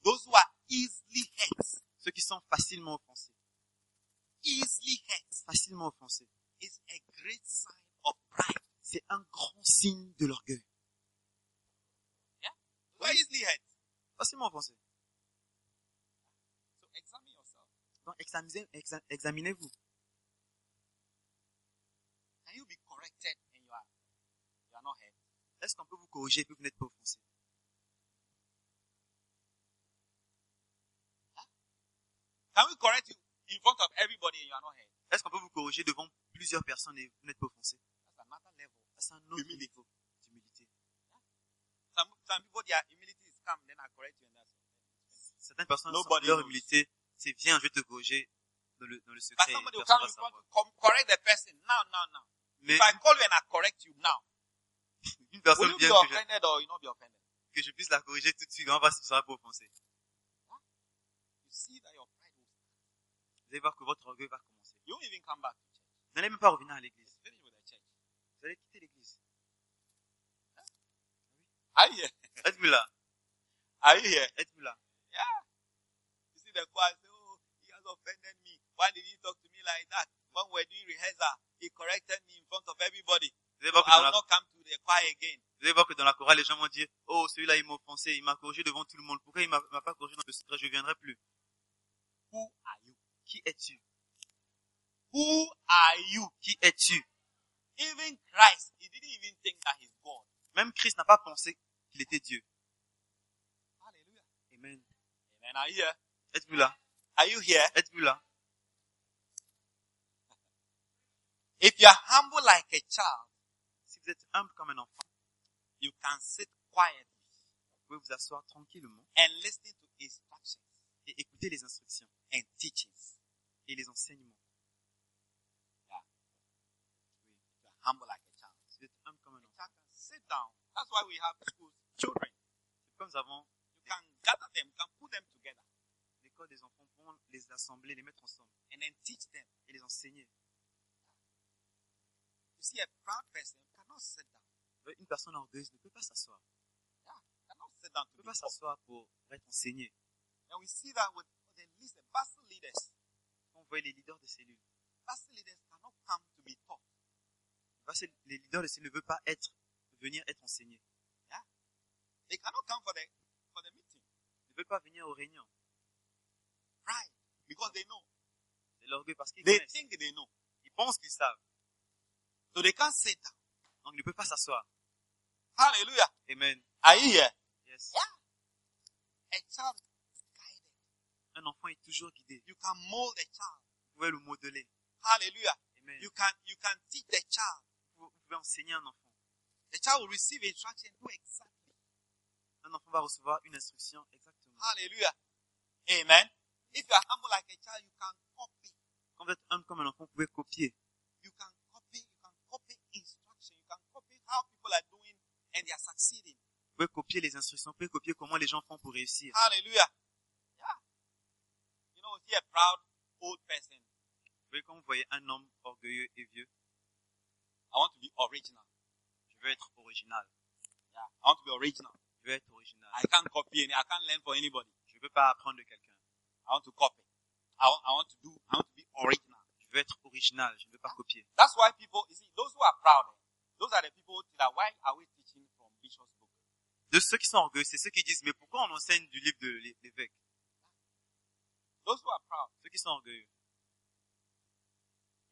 [SPEAKER 5] Those who are easily hurt,
[SPEAKER 3] Ceux qui sont facilement offensés.
[SPEAKER 5] easily hurt,
[SPEAKER 3] Facilement offensés.
[SPEAKER 5] is a great sign of pride.
[SPEAKER 3] C'est un grand signe de l'orgueil.
[SPEAKER 5] Who are easily hurt?
[SPEAKER 3] Facilement offensés.
[SPEAKER 5] So examine yourself.
[SPEAKER 3] Donc, examinez, exa- examinez-vous.
[SPEAKER 5] Can you be corrected and you are, you are not hurt?
[SPEAKER 3] Est-ce qu'on peut vous corriger et que vous n'êtes pas offensé?
[SPEAKER 5] Can we correct you in front of everybody and you are not hurt?
[SPEAKER 3] Est-ce qu'on peut vous corriger devant plusieurs personnes et vous n'êtes pas offensé?
[SPEAKER 5] That's another level.
[SPEAKER 3] C'est un autre
[SPEAKER 5] Humilité.
[SPEAKER 3] niveau d'humilité.
[SPEAKER 5] Some, some people, their humility is come, then I correct you and that's
[SPEAKER 3] Certaines personnes,
[SPEAKER 5] Nobody
[SPEAKER 3] leur
[SPEAKER 5] knows.
[SPEAKER 3] humilité, c'est viens, je vais te corriger dans le, dans le
[SPEAKER 5] But
[SPEAKER 3] secret.
[SPEAKER 5] somebody will
[SPEAKER 3] personne
[SPEAKER 5] come,
[SPEAKER 3] va
[SPEAKER 5] you want
[SPEAKER 3] savoir.
[SPEAKER 5] to com- correct the person now, now, now.
[SPEAKER 3] Mais
[SPEAKER 5] If I call you and I correct you now,
[SPEAKER 3] une
[SPEAKER 5] will
[SPEAKER 3] personne
[SPEAKER 5] you be
[SPEAKER 3] vient que je,
[SPEAKER 5] offended or you not be offended?
[SPEAKER 3] que je puisse la corriger tout de suite, on va se sera pas offensé.
[SPEAKER 5] You see that your pride will.
[SPEAKER 3] Vous allez voir que votre orgueil va commencer.
[SPEAKER 5] You won't even come back to church.
[SPEAKER 3] Vous n'allez même pas revenir à l'église.
[SPEAKER 5] It's finished with the church.
[SPEAKER 3] Vous allez quitter l'église.
[SPEAKER 5] Are you here?
[SPEAKER 3] Êtes-vous là?
[SPEAKER 5] Are you here?
[SPEAKER 3] Êtes-vous là?
[SPEAKER 5] You see the choir say, oh, he has offended me. Why did he talk to me like that? When we we're doing rehearsal, he corrected me in front of everybody.
[SPEAKER 3] Vous allez
[SPEAKER 5] So
[SPEAKER 3] voir que
[SPEAKER 5] I
[SPEAKER 3] dans la,
[SPEAKER 5] will not come to the choir again.
[SPEAKER 3] vous allez voir que dans la chorale, les gens vont dire, oh, celui-là, il m'a offensé, il m'a corrigé devant tout le monde. Pourquoi il m'a m'a pas corrigé dans le secret? Je ne viendrai plus.
[SPEAKER 5] Who are you?
[SPEAKER 3] Qui es-tu?
[SPEAKER 5] Who are you?
[SPEAKER 3] Qui es-tu?
[SPEAKER 5] Even Christ, he didn't even think that he's God.
[SPEAKER 3] Même Christ n'a pas pensé qu'il était Dieu.
[SPEAKER 5] Hallelujah.
[SPEAKER 3] Amen.
[SPEAKER 5] Amen. Are you here?
[SPEAKER 3] Êtes-vous là?
[SPEAKER 5] Are you here?
[SPEAKER 3] Êtes-vous là?
[SPEAKER 5] If you are humble like a child,
[SPEAKER 3] Si vous êtes humble comme un enfant,
[SPEAKER 5] you can sit quietly
[SPEAKER 3] vous pouvez vous asseoir tranquillement
[SPEAKER 5] and listen to instructions
[SPEAKER 3] et écouter les instructions
[SPEAKER 5] and teachings.
[SPEAKER 3] et les enseignements.
[SPEAKER 5] If you are humble like a child,
[SPEAKER 3] Si vous êtes humble comme un
[SPEAKER 5] you
[SPEAKER 3] enfant,
[SPEAKER 5] can sit down. That's why we have schools. Children,
[SPEAKER 3] c'est comme nous avons
[SPEAKER 5] you can gather them, you can put them together,
[SPEAKER 3] l'école des enfants pour les assembler, les mettre ensemble
[SPEAKER 5] and then teach them.
[SPEAKER 3] et les enseigner.
[SPEAKER 5] You see, a proud person cannot sit down.
[SPEAKER 3] Euh, Une personne orgueilleuse ne peut pas s'asseoir.
[SPEAKER 5] Cannot sit down to
[SPEAKER 3] Ne peut
[SPEAKER 5] be
[SPEAKER 3] pas
[SPEAKER 5] taught.
[SPEAKER 3] s'asseoir pour être enseigné.
[SPEAKER 5] And we see that with the least the bustle leaders.
[SPEAKER 3] Quand vous voyez les leaders de cellules,
[SPEAKER 5] Bustle leaders cannot come to be taught.
[SPEAKER 3] parce que les leaders de cellules ne veulent pas être, venir être enseignés.
[SPEAKER 5] They cannot come for the for the meeting.
[SPEAKER 3] Ils ne veulent pas venir aux réunions.
[SPEAKER 5] Right. Because they know.
[SPEAKER 3] C'est l'orgueil parce qu'ils
[SPEAKER 5] They
[SPEAKER 3] connaissent.
[SPEAKER 5] think they know.
[SPEAKER 3] Ils pensent qu'ils savent.
[SPEAKER 5] So they can't sit down.
[SPEAKER 3] Donc ils ne peuvent pas s'asseoir.
[SPEAKER 5] Hallelujah.
[SPEAKER 3] Amen.
[SPEAKER 5] Are you here?
[SPEAKER 3] Yes.
[SPEAKER 5] A child
[SPEAKER 3] Un enfant est toujours guidé.
[SPEAKER 5] You can mold a child.
[SPEAKER 3] Vous pouvez le modeler.
[SPEAKER 5] Hallelujah.
[SPEAKER 3] Amen.
[SPEAKER 5] You can you can teach the child.
[SPEAKER 3] Vous vous pouvez enseigner un enfant.
[SPEAKER 5] The child will receive instruction. Do exactly.
[SPEAKER 3] Un enfant va recevoir une instruction exactement.
[SPEAKER 5] Hallelujah. Amen. If you are humble like a child, you can copy.
[SPEAKER 3] Quand vous êtes humble comme un enfant, vous pouvez copier.
[SPEAKER 5] You can copy. You can copy instruction. You can copy how people are doing and they are succeeding.
[SPEAKER 3] Vous pouvez copier les instructions, vous pouvez copier comment les gens font pour réussir.
[SPEAKER 5] Hallelujah. Yeah. You know, see a proud old person.
[SPEAKER 3] Vous voyez, quand vous voyez un homme orgueilleux et vieux,
[SPEAKER 5] I want to be original.
[SPEAKER 3] je veux être original.
[SPEAKER 5] Yeah. I want to be original.
[SPEAKER 3] Je veux être original.
[SPEAKER 5] I can't copy any. I can't learn from anybody.
[SPEAKER 3] Je ne veux pas apprendre de quelqu'un.
[SPEAKER 5] I want to copy. I want, I want to do. I want to be original.
[SPEAKER 3] Je veux être original, je ne veux pas copier.
[SPEAKER 5] That's why people, you see, those who are proud, eh, those are the people who that why are we teaching from Bishop's book?
[SPEAKER 3] De ceux qui sont orgueilleux, c'est ceux qui disent, mais pourquoi on enseigne du livre de l'é- l'évêque
[SPEAKER 5] Those who are proud,
[SPEAKER 3] Ceux qui sont orgueilleux,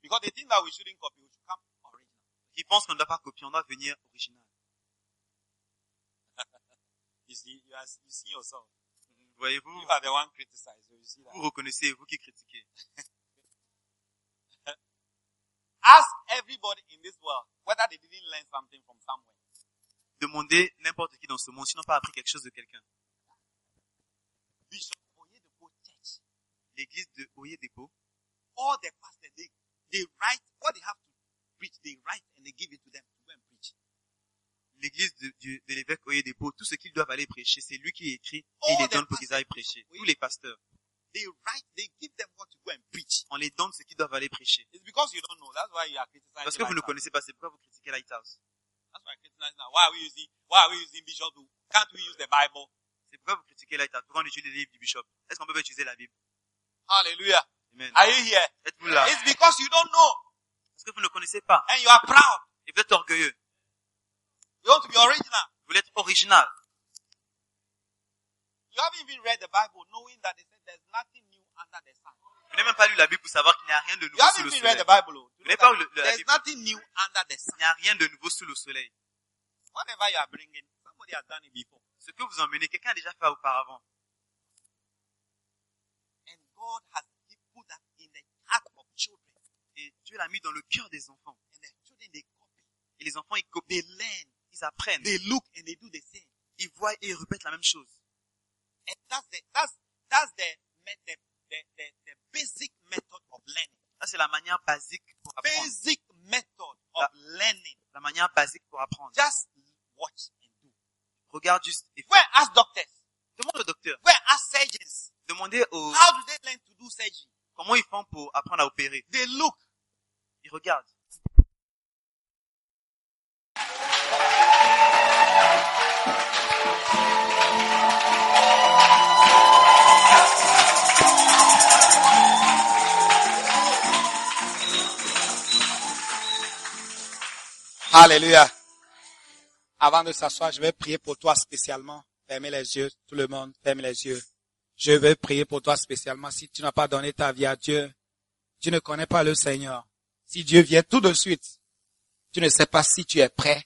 [SPEAKER 5] because they think that we shouldn't copy, we should come original.
[SPEAKER 3] qui pensent qu'on ne doit pas copier, on doit venir original.
[SPEAKER 5] You see, you, are, you see yourself.
[SPEAKER 3] Voyez-vous,
[SPEAKER 5] You are the one criticized, so you see that.
[SPEAKER 3] vous reconnaissez, vous qui critiquez.
[SPEAKER 5] Ask everybody in this world whether they didn't learn something from somewhere.
[SPEAKER 3] Demandez n'importe qui dans ce monde, sinon pas appris quelque chose de quelqu'un.
[SPEAKER 5] Bishop, Oyedepo Church,
[SPEAKER 3] L'église de Oyedepo,
[SPEAKER 5] all the pastors, they, they write what they have to preach, they write and they give it to them to go and preach.
[SPEAKER 3] l'église de, du- de l'évêque Oyedepo, tout ce qu'ils doivent aller prêcher, c'est lui qui écrit et
[SPEAKER 5] All
[SPEAKER 3] il les
[SPEAKER 5] the
[SPEAKER 3] donne pour qu'ils
[SPEAKER 5] pastors
[SPEAKER 3] aillent
[SPEAKER 5] of
[SPEAKER 3] prêcher.
[SPEAKER 5] Oyedepo.
[SPEAKER 3] Tous les Oh, pasteurs,
[SPEAKER 5] They write, they give them what to go and preach.
[SPEAKER 3] on les donne ce qu'ils doivent aller prêcher.
[SPEAKER 5] It's because you don't know. That's why you are criticizing.
[SPEAKER 3] Parce que vous ne
[SPEAKER 5] like that.
[SPEAKER 3] connaissez pas, c'est pourquoi vous critiquez Lighthouse.
[SPEAKER 5] That's why Christians now. Why are we using why are we using Bishop? to- Can't we use the Bible?
[SPEAKER 3] C'est pourquoi vous critiquez Lighthouse. Pourquoi on utilise les livres du bishop Est-ce qu'on peut pas utiliser la Bible
[SPEAKER 5] Hallelujah.
[SPEAKER 3] Amen.
[SPEAKER 5] Are you here?
[SPEAKER 3] Êtes-vous là
[SPEAKER 5] It's because you don't know
[SPEAKER 3] Parce que vous ne connaissez pas
[SPEAKER 5] and you are proud.
[SPEAKER 3] et vous êtes orgueilleux.
[SPEAKER 5] You want to be original.
[SPEAKER 3] Vous voulez être original.
[SPEAKER 5] You haven't even read the Bible knowing that they said there's nothing new under the sun.
[SPEAKER 3] Vous n'avez même pas lu la Bible pour savoir qu'il n'y a rien de
[SPEAKER 5] You
[SPEAKER 3] nouveau sous
[SPEAKER 5] haven't
[SPEAKER 3] le
[SPEAKER 5] even read
[SPEAKER 3] soleil.
[SPEAKER 5] the Bible. oh, to
[SPEAKER 3] Vous n'avez
[SPEAKER 5] know
[SPEAKER 3] pas
[SPEAKER 5] that
[SPEAKER 3] lu la
[SPEAKER 5] There's
[SPEAKER 3] Bible.
[SPEAKER 5] nothing new under the
[SPEAKER 3] Il
[SPEAKER 5] sun.
[SPEAKER 3] n'y a rien de nouveau sous le soleil.
[SPEAKER 5] Whatever you are bringing, somebody has done it before.
[SPEAKER 3] Ce que vous emmenez, quelqu'un a déjà fait auparavant.
[SPEAKER 5] And God has put that in the heart of children.
[SPEAKER 3] Et Dieu l'a mis dans le cœur des enfants.
[SPEAKER 5] And the children, they copy.
[SPEAKER 3] Et les enfants, ils copient. Ils apprennent.
[SPEAKER 5] They look and they do the same.
[SPEAKER 3] Ils voient et ils répètent la même chose.
[SPEAKER 5] And that's the, that's, that's the, me- the, the, the, the basic method of learning.
[SPEAKER 3] Ça, c'est la manière basique pour apprendre.
[SPEAKER 5] Basic method of learning.
[SPEAKER 3] La manière basique pour apprendre.
[SPEAKER 5] Just watch and do.
[SPEAKER 3] Regarde juste et fais.
[SPEAKER 5] Well, ask doctors.
[SPEAKER 3] Demande au docteur.
[SPEAKER 5] Well, ask surgeons.
[SPEAKER 3] Demandez aux,
[SPEAKER 5] How do they learn to do surgery?
[SPEAKER 3] comment ils font pour apprendre à opérer.
[SPEAKER 5] They look.
[SPEAKER 3] Ils regardent.
[SPEAKER 2] Alléluia. Avant de s'asseoir, je vais prier pour toi spécialement. Fermez les yeux, tout le monde, fermez les yeux. Je vais prier pour toi spécialement. Si tu n'as pas donné ta vie à Dieu, tu ne connais pas le Seigneur. Si Dieu vient tout de suite, tu ne sais pas si tu es prêt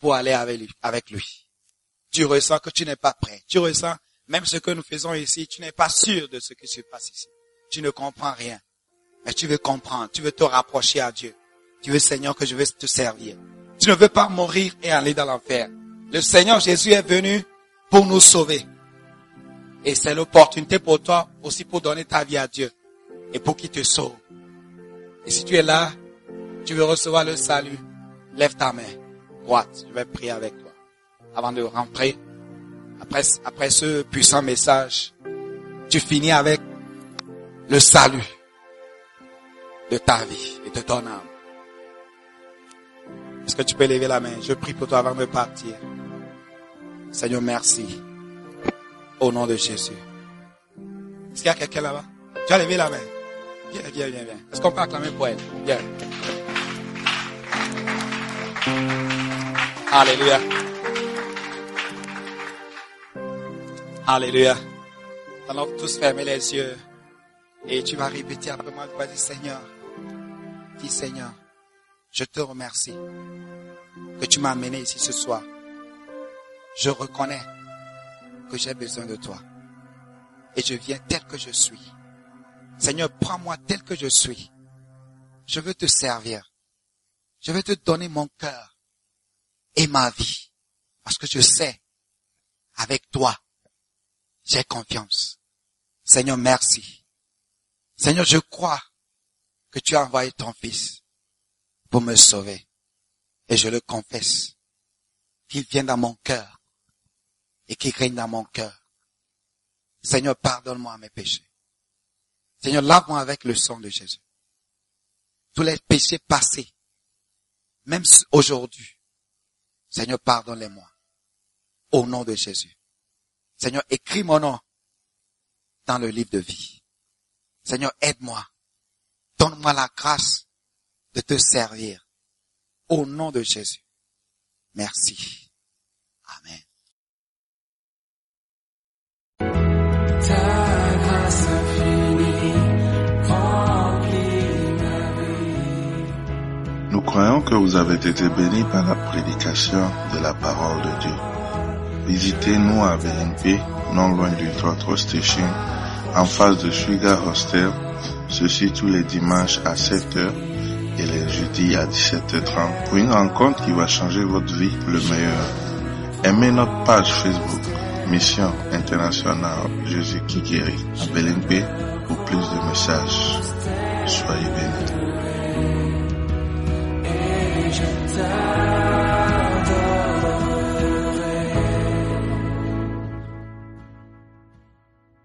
[SPEAKER 2] pour aller avec lui. Avec lui. Tu ressens que tu n'es pas prêt. Tu ressens même ce que nous faisons ici, tu n'es pas sûr de ce qui se passe ici. Tu ne comprends rien. Mais tu veux comprendre, tu veux te rapprocher à Dieu. Tu veux, Seigneur, que je veux te servir. Tu ne veux pas mourir et aller dans l'enfer. Le Seigneur Jésus est venu pour nous sauver. Et c'est l'opportunité pour toi aussi pour donner ta vie à Dieu et pour qu'il te sauve. Et si tu es là, tu veux recevoir le salut, lève ta main droite. Je vais prier avec toi avant de rentrer. Après, après ce puissant message, tu finis avec le salut de ta vie et de ton âme. Est-ce que tu peux lever la main? Je prie pour toi avant de partir. Seigneur, merci. Au nom de Jésus. Est-ce qu'il y a quelqu'un là-bas? Tu as levé la main. Viens, viens, viens, viens. Est-ce qu'on peut acclamer pour elle? Viens. Alléluia. Alléluia. Alors tous fermer les yeux. Et tu vas répéter après moi, tu vas dire Seigneur. Dis Seigneur, je te remercie que tu m'as amené ici ce soir. Je reconnais que j'ai besoin de toi. Et je viens tel que je suis. Seigneur, prends-moi tel que je suis. Je veux te servir. Je veux te donner mon cœur et ma vie. Parce que je sais, avec toi, j'ai confiance. Seigneur, merci. Seigneur, je crois que tu as envoyé ton fils pour me sauver et je le confesse, qu'il vient dans mon cœur et qu'il règne dans mon cœur. Seigneur, pardonne-moi mes péchés. Seigneur, lave-moi avec le sang de Jésus. Tous les péchés passés, même s- aujourd'hui, Seigneur, pardonne-les-moi. Au nom de Jésus. Seigneur, écris mon nom dans le livre de vie. Seigneur, aide-moi. Donne-moi la grâce de te servir au nom de Jésus. Merci. Amen.
[SPEAKER 1] Nous croyons que vous avez été bénis par la prédication de la parole de Dieu. Visitez-nous à BNP, non loin du 33 Station, en face de Sugar Hostel, ceci tous les dimanches à 7h et les jeudis à 17h30 pour une rencontre qui va changer votre vie pour le meilleur. Aimez notre page Facebook, Mission Internationale Jésus qui guérit, à BNP, pour plus de messages. Soyez bénis.
[SPEAKER 4] Angel time.